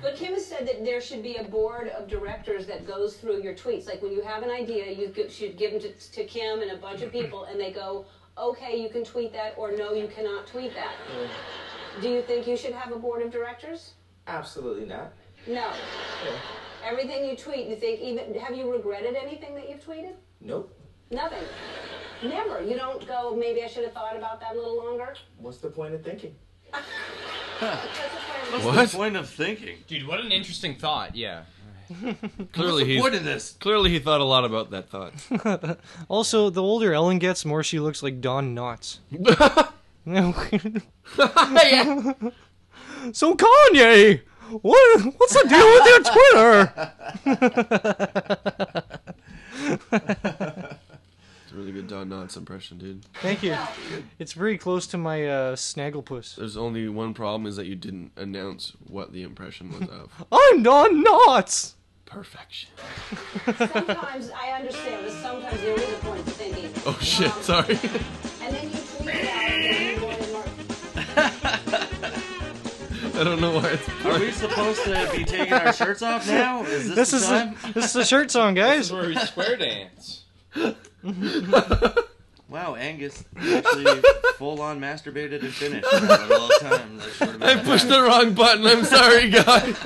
Speaker 13: but Kim has said that there should be a board of directors that goes through your tweets. Like when you have an idea, you g- should give them to, to Kim and a bunch of people, and they go, "Okay, you can tweet that," or "No, you cannot tweet that." Do you think you should have a board of directors?
Speaker 9: Absolutely not.
Speaker 13: No. Everything you tweet, you think even have you regretted anything that you've tweeted?
Speaker 9: Nope.
Speaker 13: Nothing. Never. You don't go, maybe I should have thought about that a little longer.
Speaker 9: What's the point of thinking?
Speaker 13: That's a
Speaker 5: What's
Speaker 13: fair-
Speaker 3: What?
Speaker 5: the point of thinking?
Speaker 6: Dude, what an interesting thought. Yeah.
Speaker 3: Clearly, he's,
Speaker 5: What is this?
Speaker 3: clearly he thought a lot about that thought.
Speaker 4: Also, the older Ellen gets, more she looks like Don Knotts. No. So Kanye, what what's the deal with your Twitter?
Speaker 3: It's a really good Don Knotts impression, dude.
Speaker 4: Thank you. It's very close to my uh, snagglepuss.
Speaker 3: There's only one problem is that you didn't announce what the impression was of. Oh,
Speaker 4: I'm Don Knotts.
Speaker 6: Perfection.
Speaker 13: Sometimes I understand, but sometimes there is a point to thinking.
Speaker 6: Oh shit, sorry.
Speaker 13: And then you tweet it out and you want to mark
Speaker 6: I don't know why it's
Speaker 5: Are we supposed to be taking our shirts off now? Is this, the
Speaker 4: is
Speaker 5: time?
Speaker 4: The, this is the shirt song, guys.
Speaker 5: where we square dance. wow, Angus actually full on masturbated and finished at all times.
Speaker 3: I pushed the wrong button. I'm sorry, guys.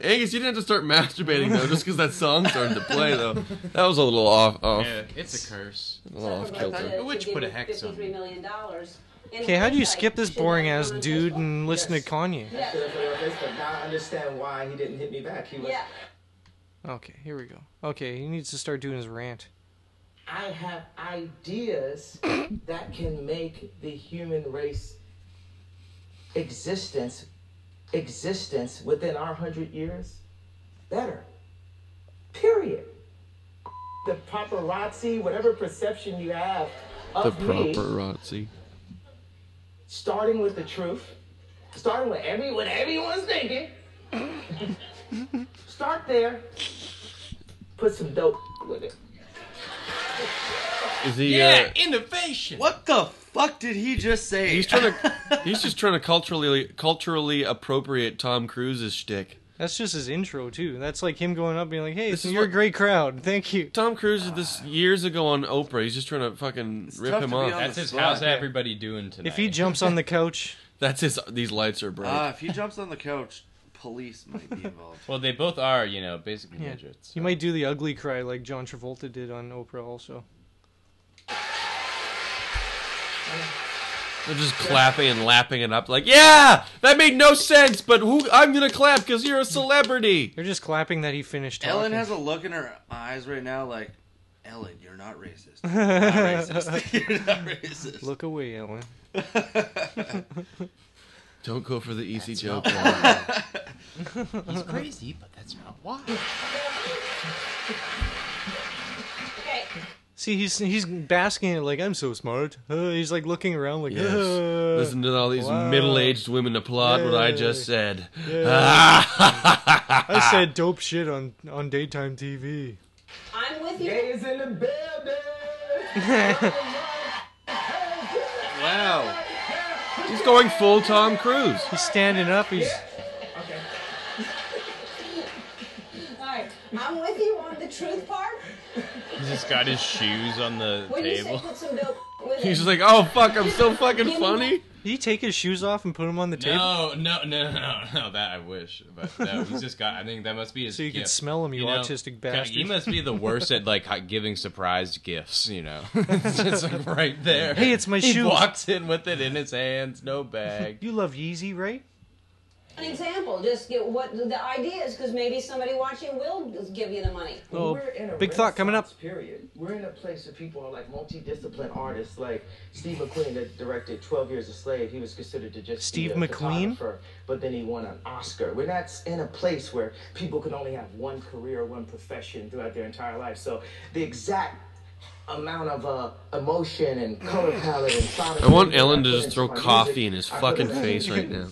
Speaker 3: Angus, you didn't have to start masturbating though, just because that song started to play though. That was a little off. off.
Speaker 6: Yeah, it's a curse.
Speaker 3: A little off kilter.
Speaker 13: to
Speaker 6: Which
Speaker 13: give
Speaker 6: put a
Speaker 13: you
Speaker 6: hex on
Speaker 13: $53 million dollars. In
Speaker 4: Okay, how do you
Speaker 13: hindsight,
Speaker 4: skip this boring ass dude and listen to Kanye?
Speaker 9: I should have put it on Facebook. Now I understand why he didn't hit me back. He was.
Speaker 13: Yeah.
Speaker 4: Okay, here we go. Okay, he needs to start doing his rant.
Speaker 9: I have ideas that can make the human race existence existence within our hundred years better. Period. The paparazzi, whatever perception you have
Speaker 3: The
Speaker 9: of me,
Speaker 3: paparazzi.
Speaker 9: starting with the truth, starting with every what everyone's thinking. Start there. Put some dope with it.
Speaker 3: Is he? Uh,
Speaker 5: innovation. What the fuck did he just say?
Speaker 3: he's trying to. He's just trying to culturally culturally appropriate Tom Cruise's shtick.
Speaker 4: That's just his intro too. That's like him going up and being like, "Hey, so you're a great crowd. Thank you."
Speaker 3: Tom Cruise did this years ago on Oprah. He's just trying to fucking rip
Speaker 5: tough
Speaker 3: him
Speaker 5: to be
Speaker 3: off.
Speaker 5: on
Speaker 6: That's
Speaker 5: the
Speaker 6: his
Speaker 5: spot.
Speaker 6: how's everybody doing tonight.
Speaker 4: If he jumps on the couch,
Speaker 3: That's his. These lights are bright.
Speaker 5: Uh, if he jumps on the couch, police might be involved.
Speaker 6: Well, they both are, you know, basically
Speaker 4: yeah,
Speaker 6: midgets.
Speaker 4: he might do the ugly cry like John Travolta did on Oprah. Also,
Speaker 3: They're just clapping and lapping it up, like, yeah, that made no sense. But who? I'm gonna clap because you're a celebrity.
Speaker 4: they're just clapping that he finished. Talking.
Speaker 5: Ellen has a look in her eyes right now, like, Ellen, you're not racist. You're not racist. you're not racist.
Speaker 4: Look away, Ellen.
Speaker 3: Don't go for the easy joke.
Speaker 6: He's crazy, but that's not why.
Speaker 13: Okay.
Speaker 4: See, he's he's basking in it like I'm so smart. Uh, he's like looking around like,
Speaker 3: Yes.
Speaker 4: "Uh,
Speaker 3: Listen to all these
Speaker 4: wow."
Speaker 3: middle-aged women applaud what I just said.
Speaker 4: Yeah. I said dope shit on on daytime TV.
Speaker 13: I'm with you.
Speaker 9: Gays in the building.
Speaker 3: Wow. He's going full Tom Cruise.
Speaker 4: He's standing up. He's
Speaker 9: Okay.
Speaker 13: All right. I'm with you on the truth part.
Speaker 6: He's just got his shoes on the
Speaker 13: When you say
Speaker 6: table.
Speaker 13: put some dope with
Speaker 3: He's
Speaker 13: it.
Speaker 3: just like, oh fuck, I'm so fucking funny.
Speaker 4: Did he take his shoes off and put them on the table?
Speaker 6: No, no, no, no, no, that I wish. But no, he's just got, I think that must be his
Speaker 4: So you can
Speaker 6: gift,
Speaker 4: smell him, you
Speaker 6: know?
Speaker 4: autistic
Speaker 6: God,
Speaker 4: bastard.
Speaker 6: He must be the worst at, like, hi- giving surprise gifts, you know? it's just, like, right there.
Speaker 4: Hey, it's my
Speaker 6: he
Speaker 4: shoes.
Speaker 6: walks in with it in his hands, no bag.
Speaker 4: You love Yeezy, right?
Speaker 13: An example. Just get what the idea is, because maybe somebody watching will give you the money.
Speaker 4: Oh,
Speaker 9: We're in a
Speaker 4: big thought coming up.
Speaker 9: renaissance Period. We're in a place where people are like multidiscipline artists, like Steve McQueen that directed Twelve Years a Slave. He was considered to just
Speaker 4: Steve
Speaker 9: be a
Speaker 4: McQueen?
Speaker 9: photographer, but then he won an Oscar. We're not s- in a place where people can only have one career, or one profession throughout their entire life. So the exact amount of uh, emotion and color palette and sound
Speaker 3: I want
Speaker 9: that
Speaker 3: Ellen to
Speaker 9: put
Speaker 3: just
Speaker 9: into
Speaker 3: throw
Speaker 9: my
Speaker 3: coffee
Speaker 9: music,
Speaker 3: in his
Speaker 9: I put
Speaker 3: fucking
Speaker 9: into-
Speaker 3: face right now.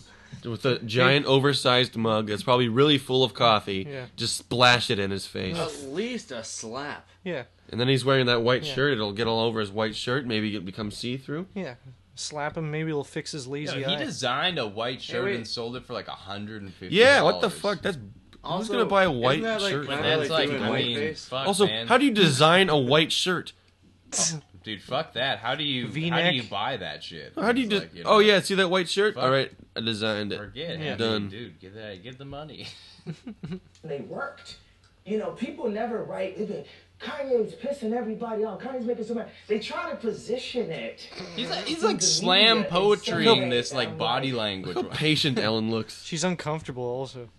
Speaker 3: With a giant oversized mug that's probably really full of coffee,
Speaker 4: Yeah.
Speaker 3: just splash it in his face.
Speaker 5: At least a slap.
Speaker 4: Yeah,
Speaker 3: And then he's wearing that white
Speaker 4: Yeah.
Speaker 3: shirt. It'll get all over his white shirt. Maybe it becomes see through.
Speaker 4: yeah. Slap him. Maybe it'll fix his
Speaker 6: No,
Speaker 4: lazy
Speaker 6: he
Speaker 4: eye.
Speaker 6: designed a white shirt
Speaker 5: wait.
Speaker 6: and sold it for like 150
Speaker 3: Yeah, what the fuck? That's who's
Speaker 5: Also,
Speaker 3: gonna buy a
Speaker 5: isn't
Speaker 3: white
Speaker 5: that, like,
Speaker 3: shirt?
Speaker 5: kinda
Speaker 6: That's like,
Speaker 5: doing
Speaker 6: I mean,
Speaker 5: whiteface?
Speaker 6: fuck,
Speaker 3: also,
Speaker 6: man.
Speaker 3: how do you design a white shirt?
Speaker 6: Dude, fuck that. How do you how
Speaker 4: V-neck?
Speaker 6: do you buy that shit?
Speaker 3: How do you
Speaker 6: It's
Speaker 3: just?
Speaker 6: like, you know,
Speaker 3: oh yeah, see that white shirt?
Speaker 6: Fuck.
Speaker 3: All right, I designed it.
Speaker 6: Forget
Speaker 4: Yeah.
Speaker 6: it.
Speaker 3: Done.
Speaker 6: Dude, give that give the money.
Speaker 9: and they worked. You know, people never write. They've been, Kanye's pissing everybody off. Kanye's making so much. They try to position it.
Speaker 6: He's like, he's
Speaker 9: through
Speaker 6: like
Speaker 9: the
Speaker 6: slam
Speaker 9: media in
Speaker 6: poetry
Speaker 9: some
Speaker 6: in
Speaker 9: way.
Speaker 6: this like
Speaker 9: I'm
Speaker 6: body language.
Speaker 3: How patient Ellen looks.
Speaker 4: She's uncomfortable. Also,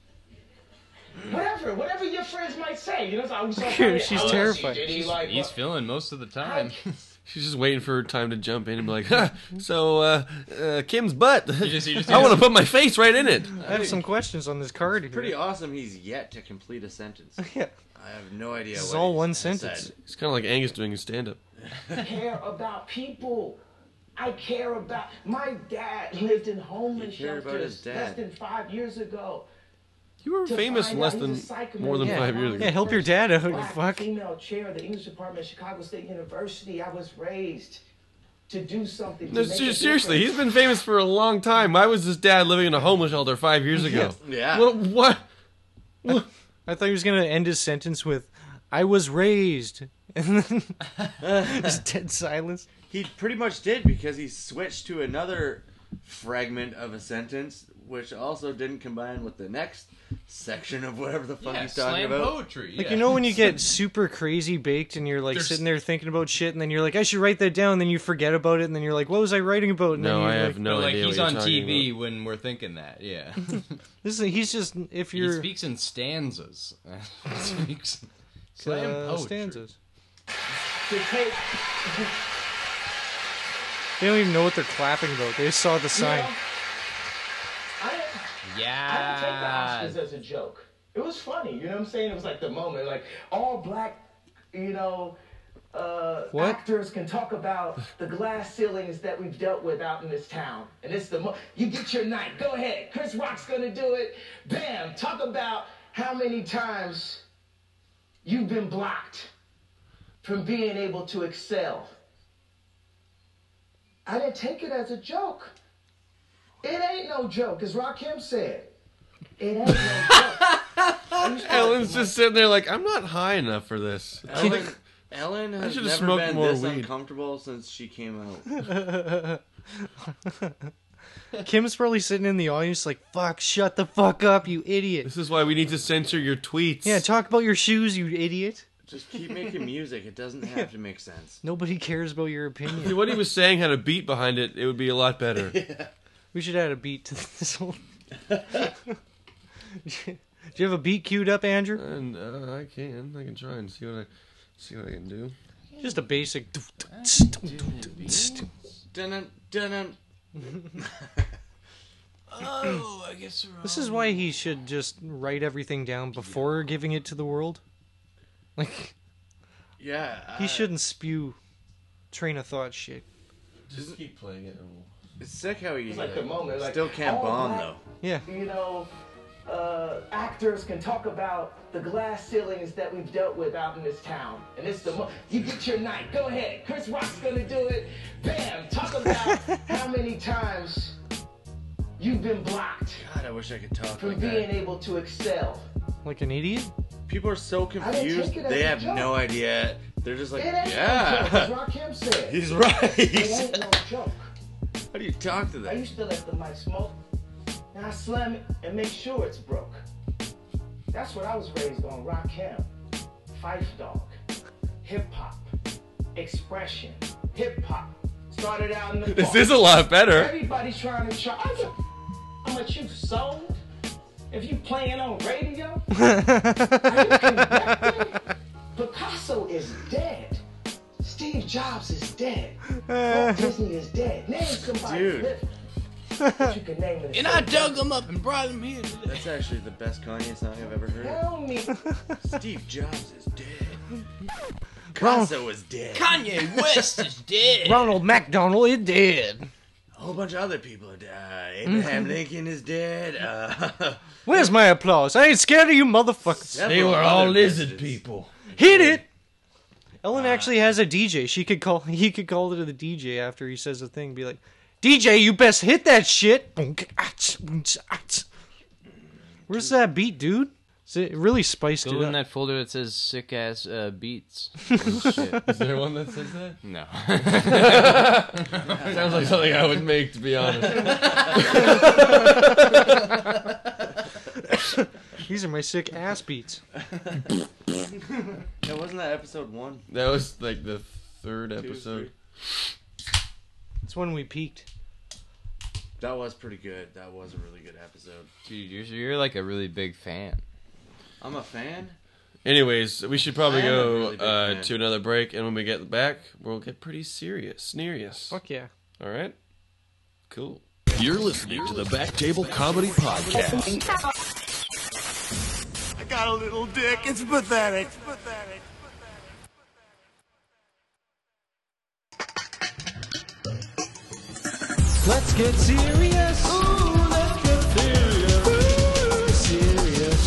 Speaker 9: Whatever, whatever your friends might say. You know, so I'm so
Speaker 4: She's
Speaker 9: Oh,
Speaker 4: terrified.
Speaker 9: did he
Speaker 6: He's,
Speaker 9: like
Speaker 6: he's
Speaker 9: what-
Speaker 6: feeling most of the time.
Speaker 3: She's just waiting for her time to jump in and be like, huh, "So, uh, uh, Kim's butt.
Speaker 6: just- you just-
Speaker 3: I want to put my face right in it."
Speaker 4: I have some questions on this card. here.
Speaker 5: Pretty awesome. He's yet to complete a sentence.
Speaker 4: Yeah.
Speaker 5: I have no idea.
Speaker 4: This is
Speaker 5: what
Speaker 4: all
Speaker 5: he
Speaker 4: one
Speaker 5: said.
Speaker 4: sentence.
Speaker 3: It's kind of like Angus doing his stand-up.
Speaker 9: care about people. I care about my dad lived in homeless
Speaker 5: You care
Speaker 9: shelters
Speaker 5: about his
Speaker 9: less
Speaker 5: dad.
Speaker 9: than five years ago.
Speaker 3: You were
Speaker 9: to
Speaker 3: famous
Speaker 9: find
Speaker 3: less
Speaker 9: out he's a
Speaker 3: than-
Speaker 9: psychopath
Speaker 3: more than
Speaker 9: who
Speaker 3: five years
Speaker 9: founded
Speaker 3: ago.
Speaker 9: the
Speaker 3: Yeah, help your
Speaker 9: first
Speaker 3: dad out, you
Speaker 9: black
Speaker 3: fuck.
Speaker 9: Female chair of the English department at Chicago State University. I was raised to do something. to
Speaker 3: No,
Speaker 9: make
Speaker 3: ser-
Speaker 9: a
Speaker 3: seriously,
Speaker 9: difference.
Speaker 3: he's been famous for a long time. Why was his dad living in a homeless shelter five years ago?
Speaker 5: Yeah.
Speaker 3: Well, what?
Speaker 4: I, I thought he was gonna end his sentence with, "I was raised," and then just dead silence.
Speaker 5: He pretty much did because he switched to another fragment of a sentence, which also didn't combine with the next section of whatever the fuck
Speaker 6: Yeah,
Speaker 5: he's talking
Speaker 6: slam
Speaker 5: about.
Speaker 6: poetry,
Speaker 4: Like you know when you get super crazy baked and you're like sitting there thinking about shit and then you're like I should write that down and then you forget about it and then you're like what was I writing about and then you're like,
Speaker 6: But, like, He's on TV when we're thinking that. Yeah.
Speaker 4: This is he's just if
Speaker 6: he
Speaker 4: you're
Speaker 6: speaks in stanzas. speaks slam
Speaker 4: Uh,
Speaker 6: poetry.
Speaker 4: stanzas.
Speaker 9: To take-
Speaker 4: They don't even know what they're clapping about. They just saw the
Speaker 9: You know,
Speaker 4: sign.
Speaker 9: I didn't-
Speaker 6: Ah.
Speaker 9: I didn't take the Oscars as a joke. It was funny, you know what I'm saying? It was like the moment, like all black, you know, uh,
Speaker 4: What?
Speaker 9: actors can talk about the glass ceilings that we've dealt with out in this town. And it's the mo- you get your night. Go ahead, Chris Rock's gonna do it. Bam! Talk about how many times you've been blocked from being able to excel. I didn't take it as a joke. It ain't no joke, as Rakim said. It ain't no
Speaker 3: Ellen's just sitting there like, I'm not high enough for this.
Speaker 5: Ellen, Ellen has
Speaker 3: should've
Speaker 5: never
Speaker 3: smoked
Speaker 5: been
Speaker 3: more
Speaker 5: this
Speaker 3: weed.
Speaker 5: uncomfortable since she came out.
Speaker 4: Kim's probably sitting in the audience like fuck, shut the fuck up, you idiot.
Speaker 3: This is why we need to censor your tweets.
Speaker 4: Yeah, talk about your shoes, you idiot.
Speaker 5: Just keep making music. It doesn't have to make sense.
Speaker 4: Nobody cares about your
Speaker 3: If
Speaker 4: opinion.
Speaker 3: what he was saying had a beat behind it, it would be a lot better.
Speaker 4: We should add a beat to this whole. Do you have a beat queued up, Andrew?
Speaker 3: And uh, I can, I can try and see what I see what I can do.
Speaker 4: Just a basic.
Speaker 5: Dun dun.
Speaker 6: Oh, I guess we're
Speaker 4: This is why he should just write everything down before giving it to the world. Like
Speaker 5: Yeah.
Speaker 4: he
Speaker 5: uh,
Speaker 4: shouldn't spew train of thought shit.
Speaker 3: Just keep playing it. and we'll-
Speaker 5: It's sick how he uh,
Speaker 9: It's like the moment, like oh
Speaker 5: still can't
Speaker 9: all
Speaker 5: bomb
Speaker 9: black,
Speaker 5: though.
Speaker 4: Yeah.
Speaker 9: You know, uh, actors can talk about the glass ceilings that we've dealt with out in this town, and it's the mo- you get your night. Go ahead, Chris Rock's gonna do it. Bam! Talk about how many times you've been blocked
Speaker 5: God, I wish I could talk
Speaker 9: from
Speaker 5: like
Speaker 9: being
Speaker 5: that.
Speaker 9: able to excel.
Speaker 4: Like an idiot?
Speaker 5: People are so confused.
Speaker 9: it as
Speaker 5: They
Speaker 9: a
Speaker 5: have
Speaker 9: joke.
Speaker 5: no idea. They're just like,
Speaker 9: it ain't no
Speaker 5: yeah.
Speaker 9: joke, as Rakim said.
Speaker 5: He's
Speaker 9: It ain't
Speaker 5: right.
Speaker 9: no joke.
Speaker 5: How do you talk to
Speaker 9: I
Speaker 5: them?
Speaker 9: used to let the mic smoke. Now I slam it and make sure it's broke. That's what I was raised on. Rock Rakim, Fife Dog, hip hop, expression, hip hop. Started out in the
Speaker 3: This
Speaker 9: park.
Speaker 3: is a lot better.
Speaker 9: Everybody's trying to try. I'm a, I'm a you sold. If you playing on radio, are you connected? Picasso is dead. Steve Jobs is dead. Walt Disney is dead. Name somebody
Speaker 5: Dude.
Speaker 9: living. But you can name it.
Speaker 5: And I dug
Speaker 6: him up and brought him here.
Speaker 5: That's actually the best Kanye song I've ever heard.
Speaker 9: Tell me.
Speaker 5: Steve Jobs is dead. Picasso is dead.
Speaker 6: Kanye West is dead.
Speaker 4: Ronald McDonald is dead.
Speaker 5: A whole bunch of other people are dead. Abraham Lincoln is dead. Uh,
Speaker 4: Where's my applause? I ain't scared of you motherfuckers.
Speaker 5: They were all lizard
Speaker 3: people.
Speaker 4: Hit it. Ellen actually has a DJ. She could call. He could call to the DJ after he says a thing. Be like, DJ, you best hit that shit. Bonk, ats, oonts, ats. Where's that beat, dude? Is It really spiced
Speaker 6: Go
Speaker 4: it
Speaker 6: in
Speaker 4: up.
Speaker 6: that folder that says sick ass uh, beats.
Speaker 3: Is there one that says that?
Speaker 6: No.
Speaker 3: Sounds like something I would make, to be honest.
Speaker 4: These are my sick ass beats.
Speaker 5: that wasn't that episode one.
Speaker 3: That was like the third
Speaker 5: Two,
Speaker 3: episode.
Speaker 4: It's when we peaked.
Speaker 5: That was pretty good. That was a really good episode.
Speaker 6: Dude, you're, you're like a really big fan.
Speaker 5: I'm a fan.
Speaker 3: Anyways, we should probably
Speaker 5: I am a
Speaker 3: go
Speaker 5: really big
Speaker 3: uh,
Speaker 5: fan.
Speaker 3: to another break, and when we get back, we'll get pretty serious, serious.
Speaker 4: Fuck yeah.
Speaker 3: All right, cool.
Speaker 1: You're listening to the Back Table Comedy Podcast.
Speaker 14: I got a little dick. It's pathetic. It's pathetic.
Speaker 1: Let's get serious. Ooh, let's get serious. Ooh, serious.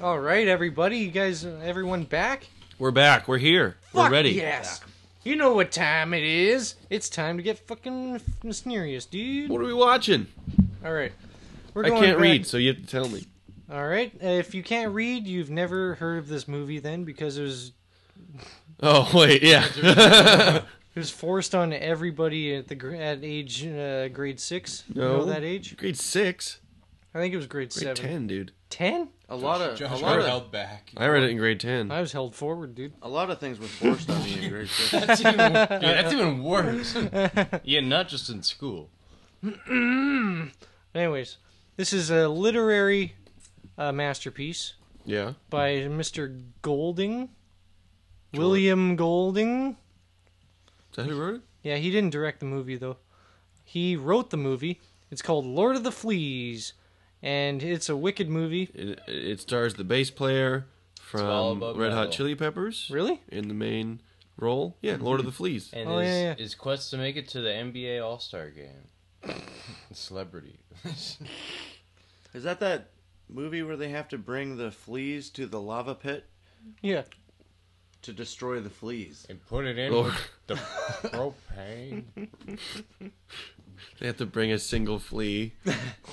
Speaker 4: All right, everybody, you guys, everyone back?
Speaker 3: We're back. We're here. We're
Speaker 4: Fuck
Speaker 3: ready.
Speaker 4: Yes. You know what time it is. It's time to get fucking f- mysterious, dude.
Speaker 3: What are we watching?
Speaker 4: All right. We're
Speaker 3: I
Speaker 4: going
Speaker 3: can't
Speaker 4: back-
Speaker 3: read, so you have to tell me.
Speaker 4: All right. Uh, if you can't read, you've never heard of this movie then because it was
Speaker 3: Oh wait, yeah.
Speaker 4: it was forced on everybody at the gr- at age uh, grade 6. You
Speaker 3: No.
Speaker 4: know that age?
Speaker 3: Grade 6.
Speaker 4: I think it was grade,
Speaker 3: Grade
Speaker 4: 7.
Speaker 3: 10, dude.
Speaker 4: 10?
Speaker 5: A lot of a lot of
Speaker 6: back.
Speaker 3: I read it in grade 10.
Speaker 4: I was held forward, dude.
Speaker 5: A lot of things were forced on me in grade six.
Speaker 6: That's even, dude, that's even worse. yeah, not just in school.
Speaker 4: Anyways, this is a literary uh, masterpiece
Speaker 3: Yeah.
Speaker 4: by Mr. Golding. William Golding.
Speaker 3: Is that who wrote it?
Speaker 4: Yeah, he didn't direct the movie though. He wrote the movie. It's called Lord of the Fleas, and it's a wicked movie.
Speaker 3: It, it stars the bass player
Speaker 6: all
Speaker 3: from
Speaker 6: about
Speaker 3: Red Hot
Speaker 6: metal.
Speaker 3: Chili Peppers.
Speaker 4: Really?
Speaker 3: In the main role. Yeah, Lord of the Fleas.
Speaker 6: And
Speaker 4: Oh,
Speaker 6: his,
Speaker 4: yeah, yeah.
Speaker 6: his quest to make it to the NBA All Star game. Celebrity.
Speaker 5: Is that that movie where they have to bring the fleas to the lava pit
Speaker 4: Yeah.
Speaker 5: to destroy the fleas?
Speaker 6: And put it in
Speaker 3: Oh.
Speaker 6: with the propane.
Speaker 3: They have to bring a single flea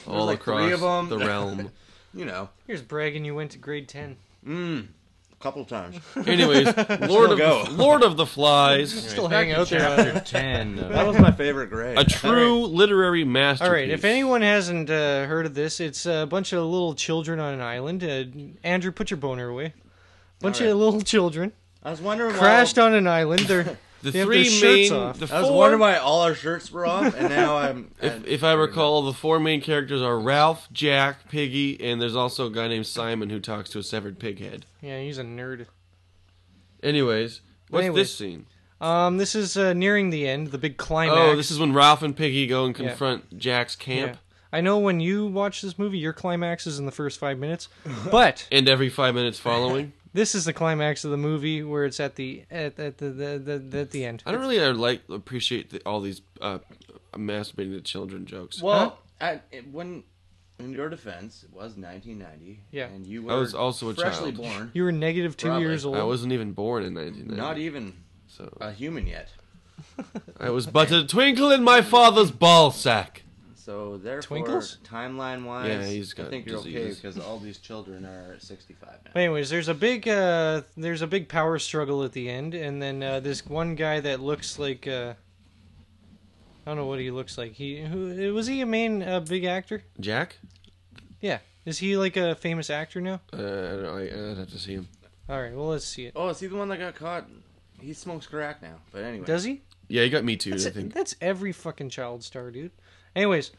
Speaker 3: all
Speaker 5: like
Speaker 3: across
Speaker 5: three of 'em.
Speaker 3: the realm.
Speaker 5: You know,
Speaker 4: Here's bragging you went to grade ten.
Speaker 5: mm, a couple times.
Speaker 3: Anyways, Lord of
Speaker 5: go.
Speaker 3: the, Lord of the Flies.
Speaker 4: Still hanging out there.
Speaker 6: Chapter 10. of-
Speaker 5: That was my favorite grade.
Speaker 3: A true literary masterpiece.
Speaker 4: All right. If anyone hasn't uh, heard of this, it's a bunch of little children on an island. Uh, Andrew, put your boner away. Bunch of little children
Speaker 5: I was wondering why
Speaker 4: crashed on an island.
Speaker 3: The
Speaker 4: They're they have
Speaker 3: three
Speaker 4: their shirts
Speaker 3: main-
Speaker 4: off.
Speaker 3: the
Speaker 5: I was
Speaker 3: four-
Speaker 5: wondering why all our shirts were off, and now I'm.
Speaker 3: If, if I recall, the four main characters are Ralph, Jack, Piggy, and there's also a guy named Simon who talks to a severed pig head.
Speaker 4: Yeah, he's a nerd.
Speaker 3: Anyways, what's
Speaker 4: Anyways.
Speaker 3: this scene?
Speaker 4: Um, this is uh, nearing the end, the big climax.
Speaker 3: Oh, this is when Ralph and Piggy go and confront Jack's camp.
Speaker 4: I know when you watch this movie, your climax is in the first five minutes, but
Speaker 3: And every five minutes following.
Speaker 4: this is the climax of the movie where it's at the at, at the, the, the at the end.
Speaker 3: I don't really uh, like appreciate the, all these uh, masturbating to children jokes.
Speaker 5: Well, I, it, when in your defense, it was 1990.
Speaker 4: Yeah.
Speaker 5: and you were
Speaker 3: I was also a
Speaker 5: freshly
Speaker 3: child.
Speaker 5: born,
Speaker 4: You were negative two
Speaker 5: Probably.
Speaker 4: years old.
Speaker 3: I wasn't even born in 1990.
Speaker 5: not e- even
Speaker 3: so
Speaker 5: a human yet.
Speaker 3: I was but a twinkle in my father's ball sack.
Speaker 5: So therefore,
Speaker 4: Twinkles?
Speaker 5: timeline wise,
Speaker 3: Yeah, he's
Speaker 5: I
Speaker 3: got
Speaker 5: think you're
Speaker 3: diseases.
Speaker 5: okay because all these children are at 65 now.
Speaker 4: But anyways, there's a big uh, there's a big power struggle at the end, and then uh, this one guy that looks like uh, I don't know what he looks like. He who was he a main uh, big actor?
Speaker 3: Jack?
Speaker 4: Yeah, is he like a famous actor now?
Speaker 3: Uh, I don't know, I, I'd have to see him.
Speaker 4: All right, well let's see it.
Speaker 5: Oh, is he the one that got caught? He smokes crack now. But anyway,
Speaker 4: Does he?
Speaker 3: Yeah, you got me too. I
Speaker 4: That's,
Speaker 3: think.
Speaker 4: that's every fucking child star, dude. Anyways,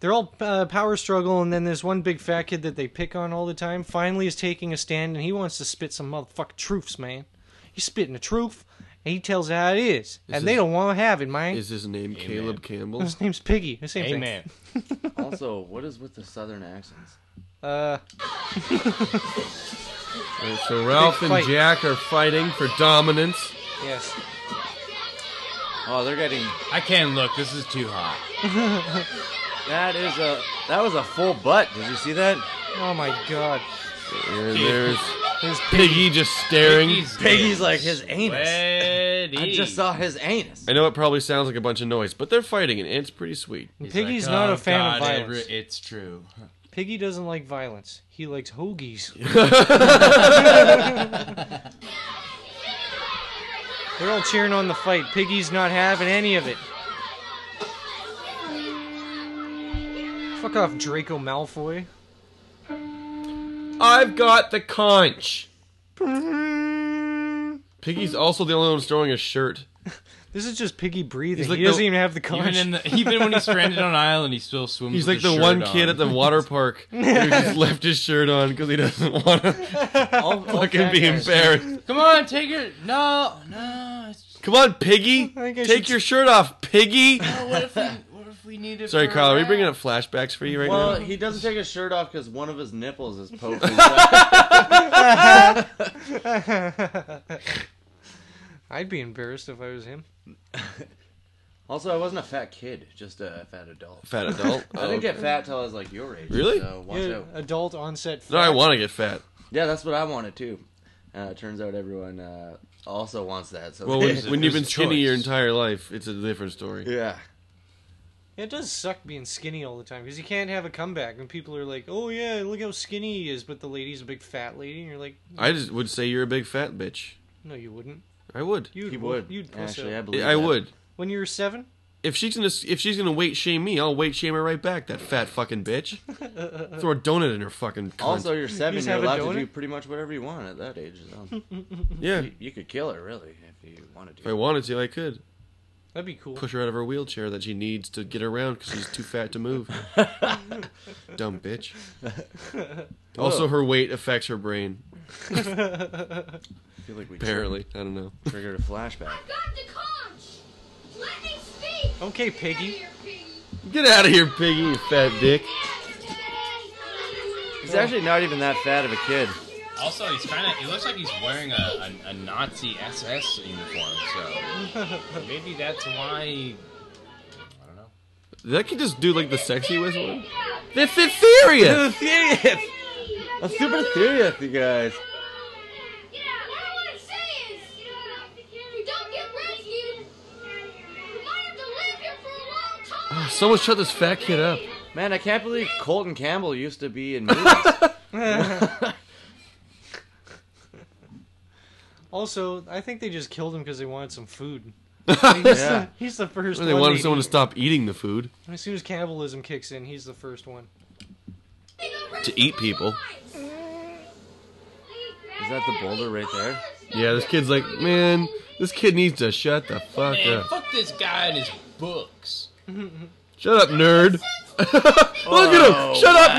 Speaker 4: they're all uh, power struggle, and then this one big fat kid that they pick on all the time finally is taking a stand, and he wants to spit some motherfucking truths, man. He's spitting the truth, and he tells it how it is, and they
Speaker 3: his-
Speaker 4: don't want to have it, man.
Speaker 3: Is his name Caleb Campbell?
Speaker 4: His name's Piggy. The same thing.
Speaker 6: Amen.
Speaker 5: also, what is with the southern accents?
Speaker 4: Uh,
Speaker 3: Alright, Uh, so Ralph and
Speaker 4: fight.
Speaker 3: Jack are fighting for dominance.
Speaker 4: yes.
Speaker 5: Oh, they're getting
Speaker 6: I can't look. This is too hot.
Speaker 5: that is a that was a full butt. Did you see that?
Speaker 4: Oh my god.
Speaker 3: And there's
Speaker 4: There's
Speaker 3: Piggy just staring.
Speaker 5: Piggy's like his anus.
Speaker 6: Sweaty.
Speaker 5: I just saw his anus.
Speaker 3: I know it probably sounds like a bunch of noise, but they're fighting and it's pretty sweet.
Speaker 6: He's
Speaker 4: Piggy's
Speaker 6: like,
Speaker 4: not
Speaker 6: "Oh,
Speaker 4: a fan
Speaker 6: God,
Speaker 4: of violence.
Speaker 6: it- it's true.
Speaker 4: Piggy doesn't like violence. He likes hoagies. They're all cheering on the fight. Piggy's not having any of it. Fuck off, Draco Malfoy.
Speaker 3: I've got the conch. Mm-hmm. Piggy's also the only one throwing a shirt.
Speaker 4: This is just Piggy breathing.
Speaker 3: like
Speaker 4: he doesn't
Speaker 3: the-
Speaker 4: even have the conscience.
Speaker 6: Even in the, even when he's stranded on an island, he still swims.
Speaker 3: He's
Speaker 6: with
Speaker 3: like
Speaker 6: his
Speaker 3: the
Speaker 6: shirt
Speaker 3: one
Speaker 6: on.
Speaker 3: kid at the water park who just left his shirt on because he doesn't want to fucking be embarrassed.
Speaker 6: Come on, take it. No, no. It's,
Speaker 3: Come on, Piggy.
Speaker 4: think I
Speaker 3: Take
Speaker 4: should-
Speaker 3: your shirt off, Piggy.
Speaker 6: what if we? What if we need it?
Speaker 3: Sorry,
Speaker 6: for a
Speaker 3: Kyle, are we
Speaker 6: rap?
Speaker 3: bringing up flashbacks for you right
Speaker 5: Well,
Speaker 3: now?
Speaker 5: he doesn't take his shirt off because one of his nipples is poking.
Speaker 4: I'd be embarrassed if I was him.
Speaker 5: also, I wasn't a fat kid, just a fat adult.
Speaker 3: Fat adult.
Speaker 5: I
Speaker 3: Oh,
Speaker 5: didn't get fat till I was like your age.
Speaker 3: Really?
Speaker 5: So watch
Speaker 4: Yeah,
Speaker 5: out.
Speaker 4: adult onset.
Speaker 3: No, I
Speaker 4: fat.
Speaker 3: want to get fat.
Speaker 5: Yeah, that's what I wanted too. Uh, it turns out everyone uh, also wants that. So
Speaker 3: Well, when,
Speaker 5: they-
Speaker 3: when you've been skinny your entire life, it's a different story.
Speaker 5: Yeah.
Speaker 4: It does suck being skinny all the time because you can't have a comeback when people are like, "Oh yeah, look how skinny he is," but the lady's a big fat lady, and you're like,
Speaker 3: I just would say you're a big fat bitch.
Speaker 4: "No, you wouldn't."
Speaker 3: I would.
Speaker 4: You'd would. You'd puss
Speaker 5: Actually,
Speaker 4: out.
Speaker 5: I believe
Speaker 3: I
Speaker 5: that.
Speaker 3: would.
Speaker 4: When you were seven.
Speaker 3: If she's gonna if she's gonna weight shame me, I'll weight shame her right back. That fat fucking bitch. Throw a donut in her fucking. Cunt.
Speaker 5: Also, you're seven.
Speaker 4: just
Speaker 5: you're
Speaker 4: have a
Speaker 5: allowed
Speaker 4: donut?
Speaker 5: to do pretty much whatever you want at that age. So.
Speaker 3: Yeah.
Speaker 5: You, you could kill her really if you wanted to.
Speaker 3: If I wanted to, I could
Speaker 4: That'd be cool.
Speaker 3: push her out of her wheelchair that she needs to get around because she's too fat to move. Dumb bitch. Also, her weight affects her brain.
Speaker 5: I feel like we
Speaker 3: Apparently, I don't know.
Speaker 5: Triggered a flashback.
Speaker 15: Let me speak.
Speaker 4: Okay, Piggy.
Speaker 3: Get out of here, piggy, you fat dick.
Speaker 5: He's actually not even that fat of a kid.
Speaker 6: Also, he's kind of. It looks like he's wearing a, a, a Nazi SS uniform, so maybe that's why.
Speaker 3: Did that kid just do like the sexy whistle? The fifth furious.
Speaker 5: I'm super serious, you guys.
Speaker 15: Ah,
Speaker 3: Someone shut this fat kid up.
Speaker 5: Man, I can't believe Colton Campbell used to be in movies.
Speaker 4: Also, I think they just killed him because they wanted some food. he's, the, he's the first.
Speaker 3: Well, they
Speaker 4: one
Speaker 3: wanted
Speaker 4: they-
Speaker 3: someone to stop eating the food
Speaker 4: As soon as cannibalism kicks in, he's the first one.
Speaker 3: to eat people.
Speaker 5: Is that the boulder right there?
Speaker 3: Yeah, this kid's like, man, this kid needs to shut the fuck
Speaker 6: Man,
Speaker 3: up.
Speaker 6: fuck this guy and his books.
Speaker 3: Shut up, nerd. Look
Speaker 6: Oh,
Speaker 3: at him. Shut up,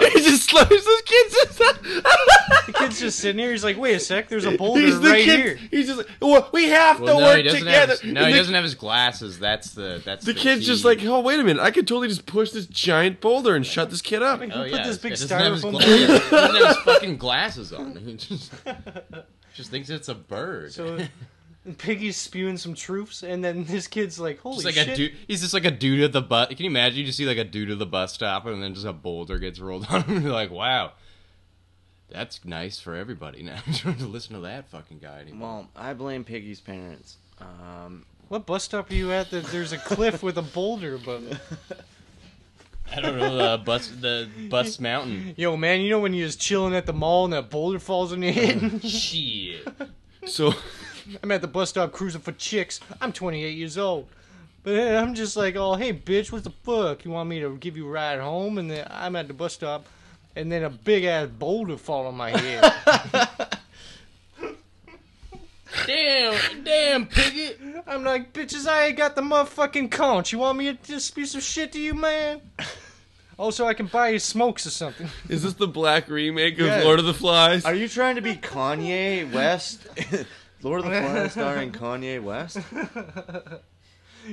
Speaker 3: nerd. he just slaps this kid's.
Speaker 4: The kid's just sitting here. He's like, "Wait a sec, there's a boulder
Speaker 3: He's the
Speaker 4: right
Speaker 3: kid-
Speaker 4: here."
Speaker 3: He's just like, well, "We have
Speaker 6: Well,
Speaker 3: to
Speaker 6: no, he
Speaker 3: work
Speaker 6: doesn't
Speaker 3: together."
Speaker 6: Have his, no,
Speaker 3: And
Speaker 6: he
Speaker 3: the-
Speaker 6: doesn't have his glasses. That's the that's
Speaker 3: The kid's just
Speaker 6: key.
Speaker 3: like, oh wait a minute, I could totally just push this giant boulder and shut this kid up.
Speaker 6: Oh yeah,
Speaker 4: this big
Speaker 6: guy doesn't have his
Speaker 4: styrofoam-
Speaker 6: gla- yeah, he doesn't have his fucking glasses on. He just, just thinks it's a bird.
Speaker 4: So, Piggy's spewing some truths, and then this kid's like, "Holy
Speaker 6: Just like
Speaker 4: shit!"
Speaker 6: a dude, he's just like a dude at the bus. Can you imagine? You just see like a dude at the bus stop, and then just a boulder gets rolled on him. You're like, wow, that's nice for everybody now. I'm trying to listen to that fucking guy anymore.
Speaker 5: Well, I blame Piggy's parents. Um,
Speaker 4: What bus stop are you at? That there's a cliff with a boulder above it.
Speaker 6: I don't know the bus, the bus mountain.
Speaker 4: Yo, man, you know when you're just chilling at the mall and that boulder falls on your head?
Speaker 6: Shit.
Speaker 3: So
Speaker 4: I'm at the bus stop cruising for chicks. I'm 28 years old. But then I'm just like, oh, hey, bitch, what the fuck? You want me to give you a ride home? And then I'm at the bus stop, and then a big ass boulder fall on my head.
Speaker 6: Damn, damn, piggy.
Speaker 4: I'm like, bitches, I ain't got the motherfucking conch. You want me to just spew some shit to you, man? Also, I can buy you smokes or something.
Speaker 3: is this the black remake of
Speaker 5: Yeah.
Speaker 3: Lord of the Flies?
Speaker 5: are you trying to be Kanye West? Lord of the Flies starring Kanye West?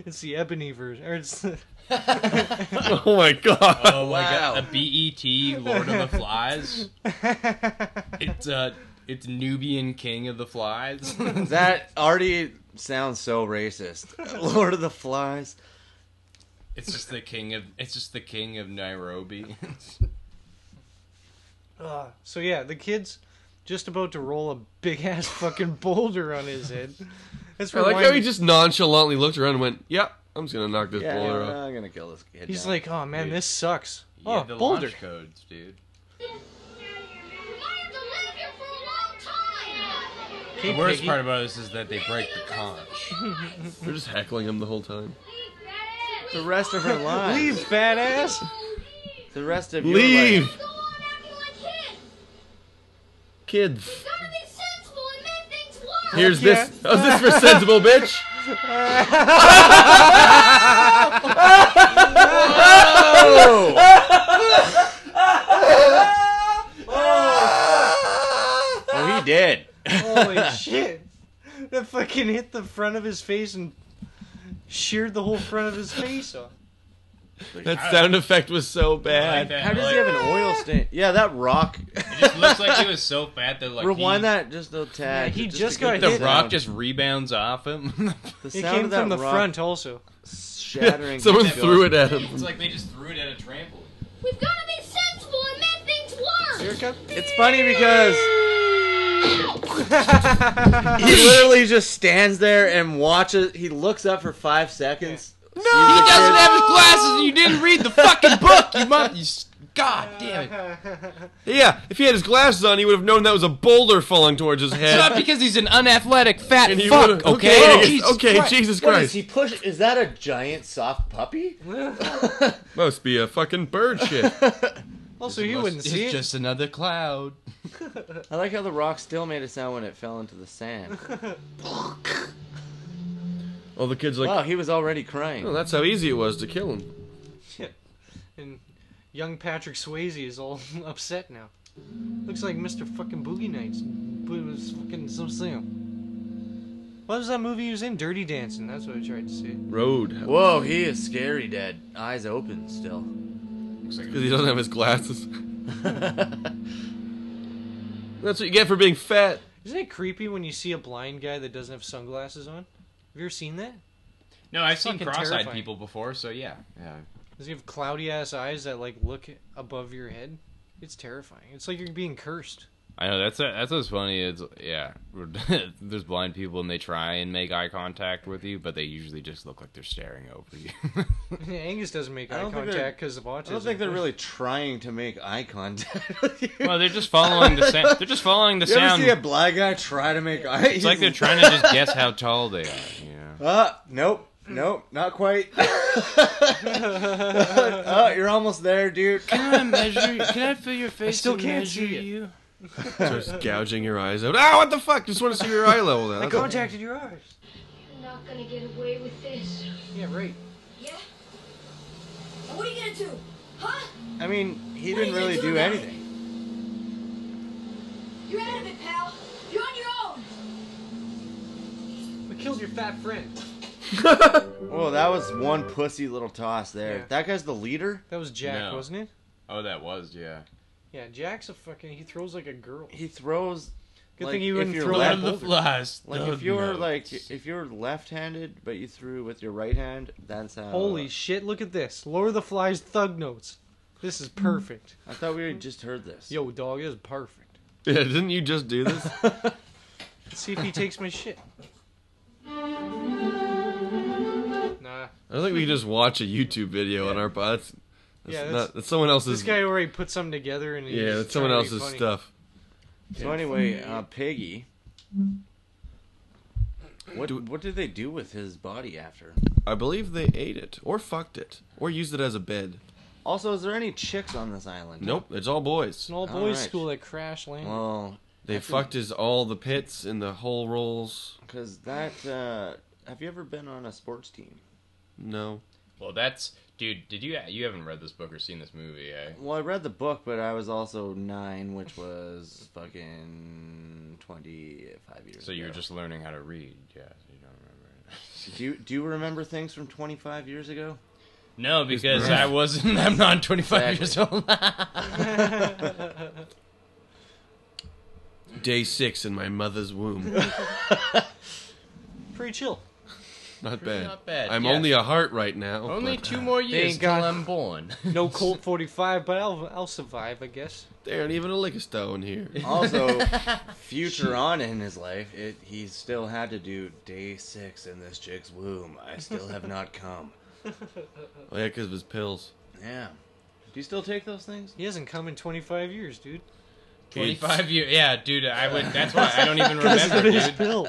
Speaker 4: It's the ebony version. Or it's the,
Speaker 3: oh my god!
Speaker 6: Oh my god, a BET Lord of the Flies. It's uh, it's Nubian King of the Flies.
Speaker 5: That already sounds so racist. Lord of the Flies.
Speaker 6: It's just the king of it's just the king of Nairobi.
Speaker 4: Ugh. so yeah, the kid's just about to roll a big ass fucking boulder on his head. That's
Speaker 3: I
Speaker 4: where
Speaker 3: like how he just nonchalantly looked around and went, "Yep, I'm just gonna knock this
Speaker 5: Yeah,
Speaker 3: boulder
Speaker 5: I'm
Speaker 3: off."
Speaker 5: not gonna kill this kid.
Speaker 4: He's
Speaker 5: down.
Speaker 4: like, oh man, this sucks.
Speaker 6: Yeah,
Speaker 4: oh,
Speaker 6: the
Speaker 4: boulder.
Speaker 6: launch codes, dude.
Speaker 4: Hey,
Speaker 6: the worst
Speaker 4: Piggy.
Speaker 6: part about this is that they break the conch.
Speaker 3: They're just heckling him the whole time.
Speaker 5: the rest of her life.
Speaker 4: Leave, badass.
Speaker 5: The rest of your
Speaker 3: Leave,
Speaker 5: life.
Speaker 3: kids. Here's this. How's this for sensible, bitch?
Speaker 5: Oh, he did.
Speaker 4: Holy shit! That fucking hit the front of his face and sheared the whole front of his face off.
Speaker 3: That sound effect was so bad.
Speaker 5: How does he have an oil stain? Yeah, that rock.
Speaker 6: It looks like he was so fat that like he,
Speaker 5: Rewind that just a tad.
Speaker 4: Yeah, he
Speaker 5: to
Speaker 4: just
Speaker 5: get
Speaker 4: got
Speaker 6: the
Speaker 4: hit.
Speaker 6: rock just rebounds off him.
Speaker 5: The
Speaker 4: It
Speaker 5: sound
Speaker 4: came
Speaker 5: of that
Speaker 4: from the
Speaker 5: rock
Speaker 4: front also.
Speaker 5: shattering.
Speaker 3: Someone
Speaker 5: his skull.
Speaker 3: threw it at him.
Speaker 6: it's like they just threw it at a trampoline.
Speaker 15: We've got to be sensible and make things work. It's funny because he literally just stands there and watches. He looks up for five seconds. No,
Speaker 6: he doesn't have his glasses. and You didn't read the fucking book. You mother. You, s- God damn it.
Speaker 3: Yeah, if he had his glasses on, he would have known that was a boulder falling towards his
Speaker 6: It's not
Speaker 3: head.
Speaker 6: because he's an unathletic fat
Speaker 3: And he
Speaker 6: fuck.
Speaker 3: would've-
Speaker 6: Okay.
Speaker 3: okay, Jesus okay, Christ. Jesus
Speaker 5: What
Speaker 3: Christ.
Speaker 5: is he push? Is that a giant soft puppy?
Speaker 3: Must be a fucking bird shit.
Speaker 4: Also,
Speaker 5: he wouldn't
Speaker 6: it's
Speaker 5: see it.
Speaker 6: just another cloud.
Speaker 5: I like how the rock still made a sound when it fell into the sand.
Speaker 3: All the kids like,
Speaker 5: wow, he was already crying.
Speaker 3: oh, that's how easy it was to kill him.
Speaker 4: and young Patrick Swayze is all upset now. Looks like Mr. fucking Boogie Nights. But it was fucking something. What was that movie he was in? Dirty Dancing. That's what I tried to say.
Speaker 3: Road.
Speaker 5: Whoa, he is scary, Dad. Eyes open still.
Speaker 3: Because he doesn't have his glasses. That's what you get for being fat.
Speaker 4: Isn't it creepy when you see a blind guy that doesn't have sunglasses on? Have you ever seen that?
Speaker 6: No, I've seen
Speaker 4: Fucking
Speaker 6: cross-eyed
Speaker 4: terrifying.
Speaker 6: people before, so yeah, yeah.
Speaker 4: Does he have cloudy ass eyes that like look above your head? It's terrifying. It's like you're being cursed.
Speaker 6: I know that's that's what's funny. It's yeah, there's blind people and they try and make eye contact with you, but they usually just look like they're staring over you.
Speaker 4: Angus doesn't make
Speaker 5: I
Speaker 4: eye
Speaker 5: don't think they're-
Speaker 4: contact because of autism.
Speaker 5: I don't think they're really trying to make eye contact. with you.
Speaker 6: well, they're just following the sound. They're just following the
Speaker 5: you
Speaker 6: sound.
Speaker 5: Ever see a black guy try to make eye?
Speaker 6: It's like they're trying to just guess how tall they are. You know?
Speaker 5: Uh, nope, nope, not quite. oh, you're almost there, dude.
Speaker 6: Can I measure? Can I feel your face?
Speaker 4: still and can't measure see it.
Speaker 6: you.
Speaker 3: Just gouging your eyes out. Ah, what the fuck? Just want to see your eye level. Now.
Speaker 4: I
Speaker 3: That's all.
Speaker 4: contacted your eyes.
Speaker 16: You're not gonna get away with this.
Speaker 4: Yeah, right.
Speaker 16: Yeah? What are you gonna do? Huh?
Speaker 5: I mean, he
Speaker 16: What
Speaker 5: didn't
Speaker 16: are you
Speaker 5: really
Speaker 16: gonna do
Speaker 5: do
Speaker 16: about
Speaker 5: anything.
Speaker 16: You're out of it, pal. You're on your own.
Speaker 4: We killed your fat friend.
Speaker 5: Well, that was one pussy little toss there. That guy's the leader.
Speaker 4: That was Jack,
Speaker 6: No.
Speaker 4: wasn't it?
Speaker 6: Oh, that was yeah.
Speaker 4: Yeah, Jack's a fucking. He throws like a girl.
Speaker 5: He throws.
Speaker 4: Good
Speaker 5: like,
Speaker 4: thing you
Speaker 5: if
Speaker 4: wouldn't
Speaker 5: you're
Speaker 4: throw
Speaker 5: left-
Speaker 4: that boulder.
Speaker 5: Like if you were like if you were left-handed, but you threw with your right hand, that's how.
Speaker 4: Holy shit! Look at this. Lower the flies. Thug notes. This is perfect.
Speaker 5: I thought we had just heard this.
Speaker 4: Yo, dog, this is perfect.
Speaker 3: Yeah, didn't you just do this?
Speaker 4: Let's see if he takes my shit. Nah.
Speaker 3: I don't think we can just watch a YouTube video on our pod. That's, that's
Speaker 4: Yeah, that's-
Speaker 3: not, that's someone else's.
Speaker 4: This guy already put something together and he's
Speaker 3: yeah,
Speaker 4: just
Speaker 3: that's someone
Speaker 4: trying to be
Speaker 3: else's
Speaker 4: funny.
Speaker 3: stuff.
Speaker 5: So anyway, uh, Piggy. What what did they do with his body after?
Speaker 3: I believe they ate it, or fucked it, or used it as a bed.
Speaker 5: Also, is there any chicks on this island?
Speaker 3: Nope, it's all boys.
Speaker 4: An all
Speaker 5: All
Speaker 4: boys
Speaker 5: right.
Speaker 4: school that crash landed.
Speaker 5: Well,
Speaker 3: They fucked his all the pits and the whole rolls.
Speaker 5: because that. Uh, have you ever been on a sports team?
Speaker 3: No.
Speaker 6: Well, that's dude. Did you you haven't read this book or seen this movie? Eh?
Speaker 5: Well, I read the book, but I was also nine, which was fucking twenty-five years.
Speaker 6: So you were
Speaker 5: ago.
Speaker 6: just learning how to read. Yeah, so you don't remember. it.
Speaker 5: Do you, do you remember things from twenty-five years ago?
Speaker 6: No, because I wasn't. I'm not 25 years old.
Speaker 3: Day six in my mother's womb.
Speaker 4: Pretty chill.
Speaker 3: Not bad.
Speaker 6: not bad,
Speaker 3: I'm
Speaker 6: yes.
Speaker 3: only a heart right now.
Speaker 6: Only
Speaker 3: but-
Speaker 6: two more years
Speaker 4: ain't got-
Speaker 6: till I'm born.
Speaker 4: No Colt 45, but I'll I'll survive, I guess.
Speaker 3: There ain't even a liquor store in here.
Speaker 5: Also, future on in his life, it, he still had to do day six in this chick's womb. I still have not come.
Speaker 3: Oh, yeah, 'cause of his pills.
Speaker 5: Yeah. Do you still take those things?
Speaker 4: He hasn't come in 25 years, dude.
Speaker 6: 25 years. Yeah, dude. I would. That's why I don't even
Speaker 4: Because
Speaker 6: remember,
Speaker 4: of his
Speaker 6: dude.
Speaker 4: pill.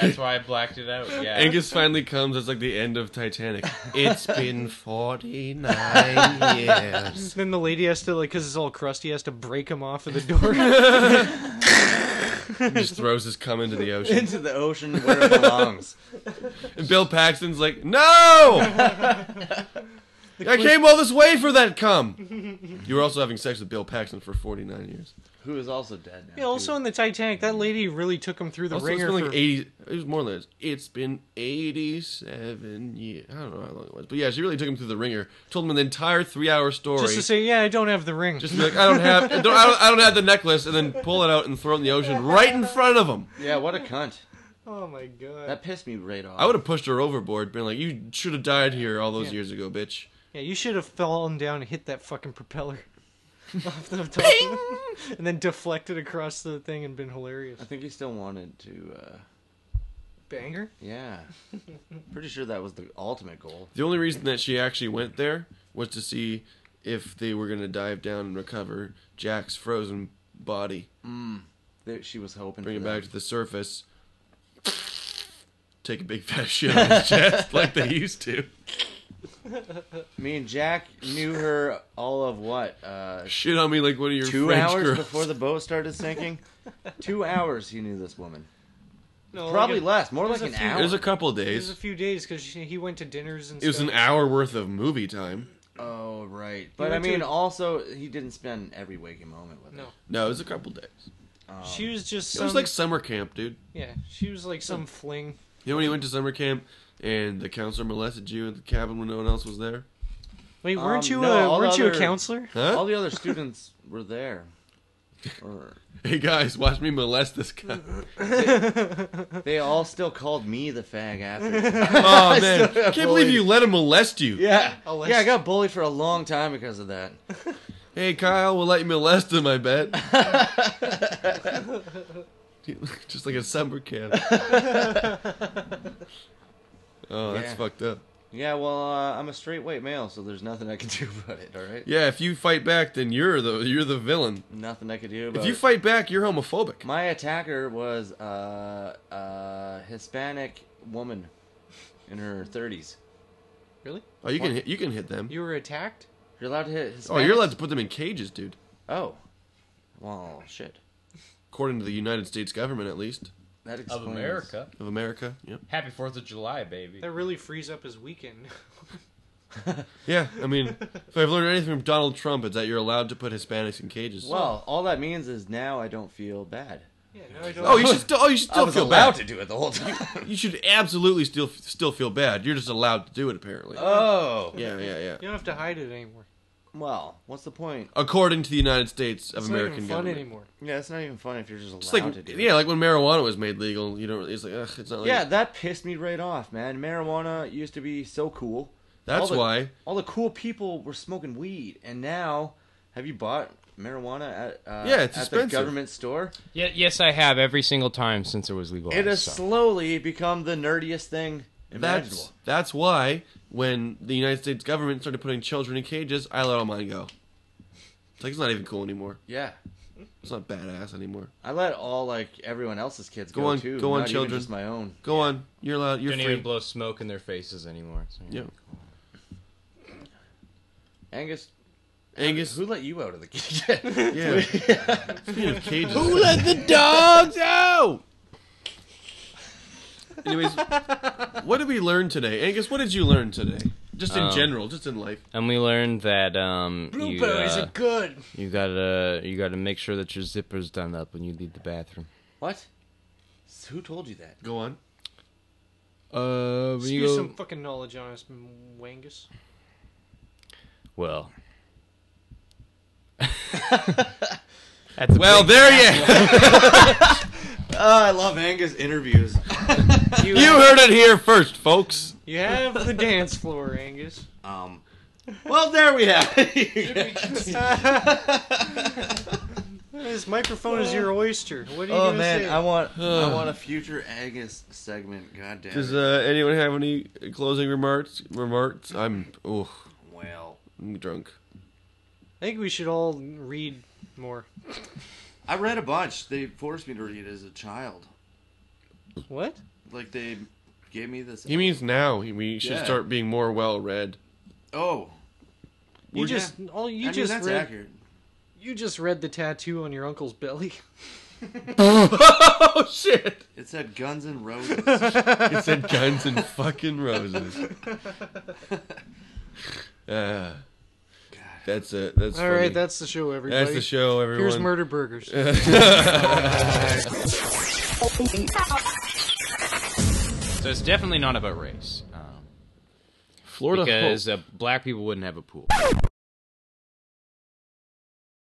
Speaker 6: That's why I blacked it out. Yeah.
Speaker 3: Angus finally comes. It's like the end of Titanic. It's been 49 years.
Speaker 4: Then the lady has to, like, because it's all crusty, has to break him off of the door.
Speaker 3: He just throws his cum into the ocean.
Speaker 5: Into the ocean where it belongs.
Speaker 3: And Bill Paxton's like, No! I came all this way for that cum! You were also having sex with Bill Paxton for 49 years.
Speaker 5: Who is also dead now.
Speaker 4: yeah, also in the Titanic, that lady really took him through the
Speaker 3: Also, it's
Speaker 4: ringer.
Speaker 3: been like
Speaker 4: for-
Speaker 3: 80. It was more than that. It's been 87 years. I don't know how long it was. But yeah, she really took him through the ringer. Told him the entire three hour story.
Speaker 4: Just to say, yeah, I don't have the ring.
Speaker 3: Just be like, I don't have, I don't, I don't, I don't have the necklace, and then pull it out and throw it in the ocean right in front of him.
Speaker 5: Yeah, what a cunt.
Speaker 4: oh my god.
Speaker 5: That pissed me right off.
Speaker 3: I would have pushed her overboard, been like, "You should have died here all those
Speaker 4: Yeah.
Speaker 3: years ago, bitch."
Speaker 4: Yeah, you should have fallen down and hit that fucking propeller. off the top, and then deflected across the thing and been hilarious.
Speaker 5: I think he still wanted to. Uh,
Speaker 4: Banger.
Speaker 5: yeah, pretty sure that was the ultimate goal.
Speaker 3: The only reason that she actually went there was to see if they were going to dive down and recover Jack's frozen body.
Speaker 5: Mm. That she was hoping.
Speaker 3: Bring
Speaker 5: for
Speaker 3: it
Speaker 5: that.
Speaker 3: back to the surface. Take a big fat shit on his chest like they used to.
Speaker 5: Me and Jack knew her all of what? Uh,
Speaker 3: Shit on me like one of your
Speaker 5: two
Speaker 3: French
Speaker 5: hours
Speaker 3: girls.
Speaker 5: before the boat started sinking. two hours he knew this woman.
Speaker 4: No,
Speaker 5: Probably
Speaker 4: a-
Speaker 5: less, more
Speaker 4: it was
Speaker 5: like
Speaker 4: a
Speaker 5: an
Speaker 4: few-
Speaker 5: hour.
Speaker 3: It was a couple of
Speaker 4: It was
Speaker 3: days.
Speaker 4: a few days because he went to dinners and.
Speaker 3: It was
Speaker 4: stuff.
Speaker 3: an hour worth of movie time.
Speaker 5: Oh right, but I
Speaker 4: went to
Speaker 5: mean,
Speaker 4: a-
Speaker 5: also he didn't spend every waking moment with her.
Speaker 4: No.
Speaker 3: No, it was a couple days.
Speaker 4: She was just.
Speaker 3: It was
Speaker 5: Um,
Speaker 4: some-
Speaker 3: like summer camp, dude.
Speaker 4: Yeah, she was like some fling.
Speaker 3: You know when you went to summer camp and the counselor molested you in the cabin when no one else was there?
Speaker 4: Wait,
Speaker 5: Um,
Speaker 4: weren't you
Speaker 5: no, all
Speaker 4: a,
Speaker 5: the
Speaker 4: weren't you a
Speaker 5: other-
Speaker 4: counselor?
Speaker 3: Huh?
Speaker 5: All the other students were there. Or-
Speaker 3: Hey guys, watch me molest this guy.
Speaker 5: they all still called me the fag after.
Speaker 3: oh man, I can't believe you let him molest you.
Speaker 5: Yeah, yeah, I got bullied for a long time because of that.
Speaker 3: Hey Kyle, we'll let you molest him. I bet. Just like a summer camp. oh, that's
Speaker 5: Yeah.
Speaker 3: fucked up.
Speaker 5: Yeah, well, uh, I'm a straight white male, so there's nothing I can do about it. All right.
Speaker 3: Yeah, if you fight back, then you're the you're the villain.
Speaker 5: Nothing I could do about
Speaker 3: If you
Speaker 5: it.
Speaker 3: fight back, you're homophobic.
Speaker 5: My attacker was a uh, uh, Hispanic woman in her 30s.
Speaker 4: Really?
Speaker 3: Oh, you can hit, you can hit them.
Speaker 4: You were attacked.
Speaker 5: You're allowed to hit Hispanics?
Speaker 3: Oh, you're allowed to put them in cages, dude.
Speaker 5: Oh. Well, shit.
Speaker 3: According to the United States government, at least
Speaker 5: That
Speaker 6: Of
Speaker 5: explains.
Speaker 6: America.
Speaker 3: of America. Yep.
Speaker 6: Happy Fourth of July, baby.
Speaker 4: That really frees up his weekend.
Speaker 3: Yeah, I mean, if I've learned anything from Donald Trump, it's that you're allowed to put Hispanics in cages.
Speaker 5: Well, all that means is now I don't feel bad.
Speaker 4: Yeah, no, I don't.
Speaker 3: oh, you should still. Oh, you should
Speaker 5: I
Speaker 3: still
Speaker 5: was
Speaker 3: feel
Speaker 5: allowed
Speaker 3: bad.
Speaker 5: to do it the whole time.
Speaker 3: You should absolutely still still feel bad. You're just allowed to do it, apparently.
Speaker 5: Oh.
Speaker 3: Yeah, yeah, yeah.
Speaker 4: You don't have to hide it anymore.
Speaker 5: Well, what's the point?
Speaker 3: According to the United States of
Speaker 4: It's not
Speaker 3: American
Speaker 4: even fun
Speaker 3: government.
Speaker 4: anymore.
Speaker 5: Yeah, it's not even fun if you're just allowed
Speaker 3: It's like
Speaker 5: to do
Speaker 3: yeah,
Speaker 5: it.
Speaker 3: like when marijuana was made legal, you don't. It's like ugh, it's not. Like,
Speaker 5: yeah, that pissed me right off, man. Marijuana used to be so cool.
Speaker 3: That's
Speaker 5: All the-
Speaker 3: why.
Speaker 5: all the cool people were smoking weed, and now have you bought marijuana at uh,
Speaker 3: Yeah, it's
Speaker 5: at
Speaker 3: expensive.
Speaker 5: the government store?
Speaker 6: Yeah, yes, I have every single time since it was legalized.
Speaker 5: It has
Speaker 6: so.
Speaker 5: slowly become the nerdiest thing imaginable.
Speaker 3: That's that's why when the United States government started putting children in cages, I let all mine go. It's like it's not even cool anymore.
Speaker 5: yeah,
Speaker 3: It's not badass anymore.
Speaker 5: I let all like everyone else's kids go,
Speaker 3: Go on,
Speaker 5: too.
Speaker 3: go on,
Speaker 5: not even
Speaker 3: children.
Speaker 5: just my own.
Speaker 3: Go on, you're allowed. You're
Speaker 6: Don't
Speaker 3: free.
Speaker 6: even blow smoke in their faces anymore. So,
Speaker 3: yeah.
Speaker 5: Angus,
Speaker 3: Angus,
Speaker 5: who let you out of the cage?
Speaker 3: yeah. Speaking of cages,
Speaker 6: Who let the dogs out?
Speaker 3: Anyways, what did we learn today, Angus? What did you learn today? Just in
Speaker 6: Um,
Speaker 3: general, just in life.
Speaker 6: And we learned that um, you,
Speaker 4: Blueberries
Speaker 6: uh,
Speaker 4: are good.
Speaker 6: you gotta you gotta make sure that your zipper's done up when you leave the bathroom.
Speaker 5: what? Who told you that?
Speaker 3: Go on.
Speaker 6: Uh, when you
Speaker 4: Spew
Speaker 6: go,
Speaker 4: some fucking knowledge on us, m- Wangus.
Speaker 6: well. That's a
Speaker 3: Well,
Speaker 6: big-
Speaker 3: there you.
Speaker 5: Oh, I love Angus interviews.
Speaker 4: You,
Speaker 3: You heard it here first, folks.
Speaker 4: you have the dance floor, Angus.
Speaker 5: Um, well, there we have it.
Speaker 4: This microphone is your oyster. What are you
Speaker 5: oh
Speaker 4: gonna
Speaker 5: man,
Speaker 4: say?
Speaker 5: I want I want a future Angus segment. God damn.
Speaker 3: Does
Speaker 5: it.
Speaker 3: uh, anyone have any closing remarks? Remarks? I'm oh,
Speaker 5: well,
Speaker 3: I'm drunk.
Speaker 4: I think we should all read more.
Speaker 5: I read a bunch. They forced me to read as a child.
Speaker 4: What?
Speaker 5: Like they gave me this.
Speaker 3: He means now. He, we should
Speaker 5: Yeah.
Speaker 3: start being more well read.
Speaker 5: oh,
Speaker 4: You
Speaker 5: Well,
Speaker 4: just all you
Speaker 5: I mean,
Speaker 4: just
Speaker 5: that's
Speaker 4: read
Speaker 5: accurate.
Speaker 4: you just read the tattoo on your uncle's belly.
Speaker 3: Oh shit!
Speaker 5: It said Guns and Roses.
Speaker 3: It said guns and fucking roses. Uh, that's it. That's
Speaker 4: All
Speaker 3: funny.
Speaker 4: right, that's the show, everybody.
Speaker 3: That's the show, everyone.
Speaker 4: Here's Murder Burgers.
Speaker 6: So it's definitely not about race. Um,
Speaker 3: Florida
Speaker 6: because
Speaker 3: Hope.
Speaker 6: uh, black people wouldn't have a pool.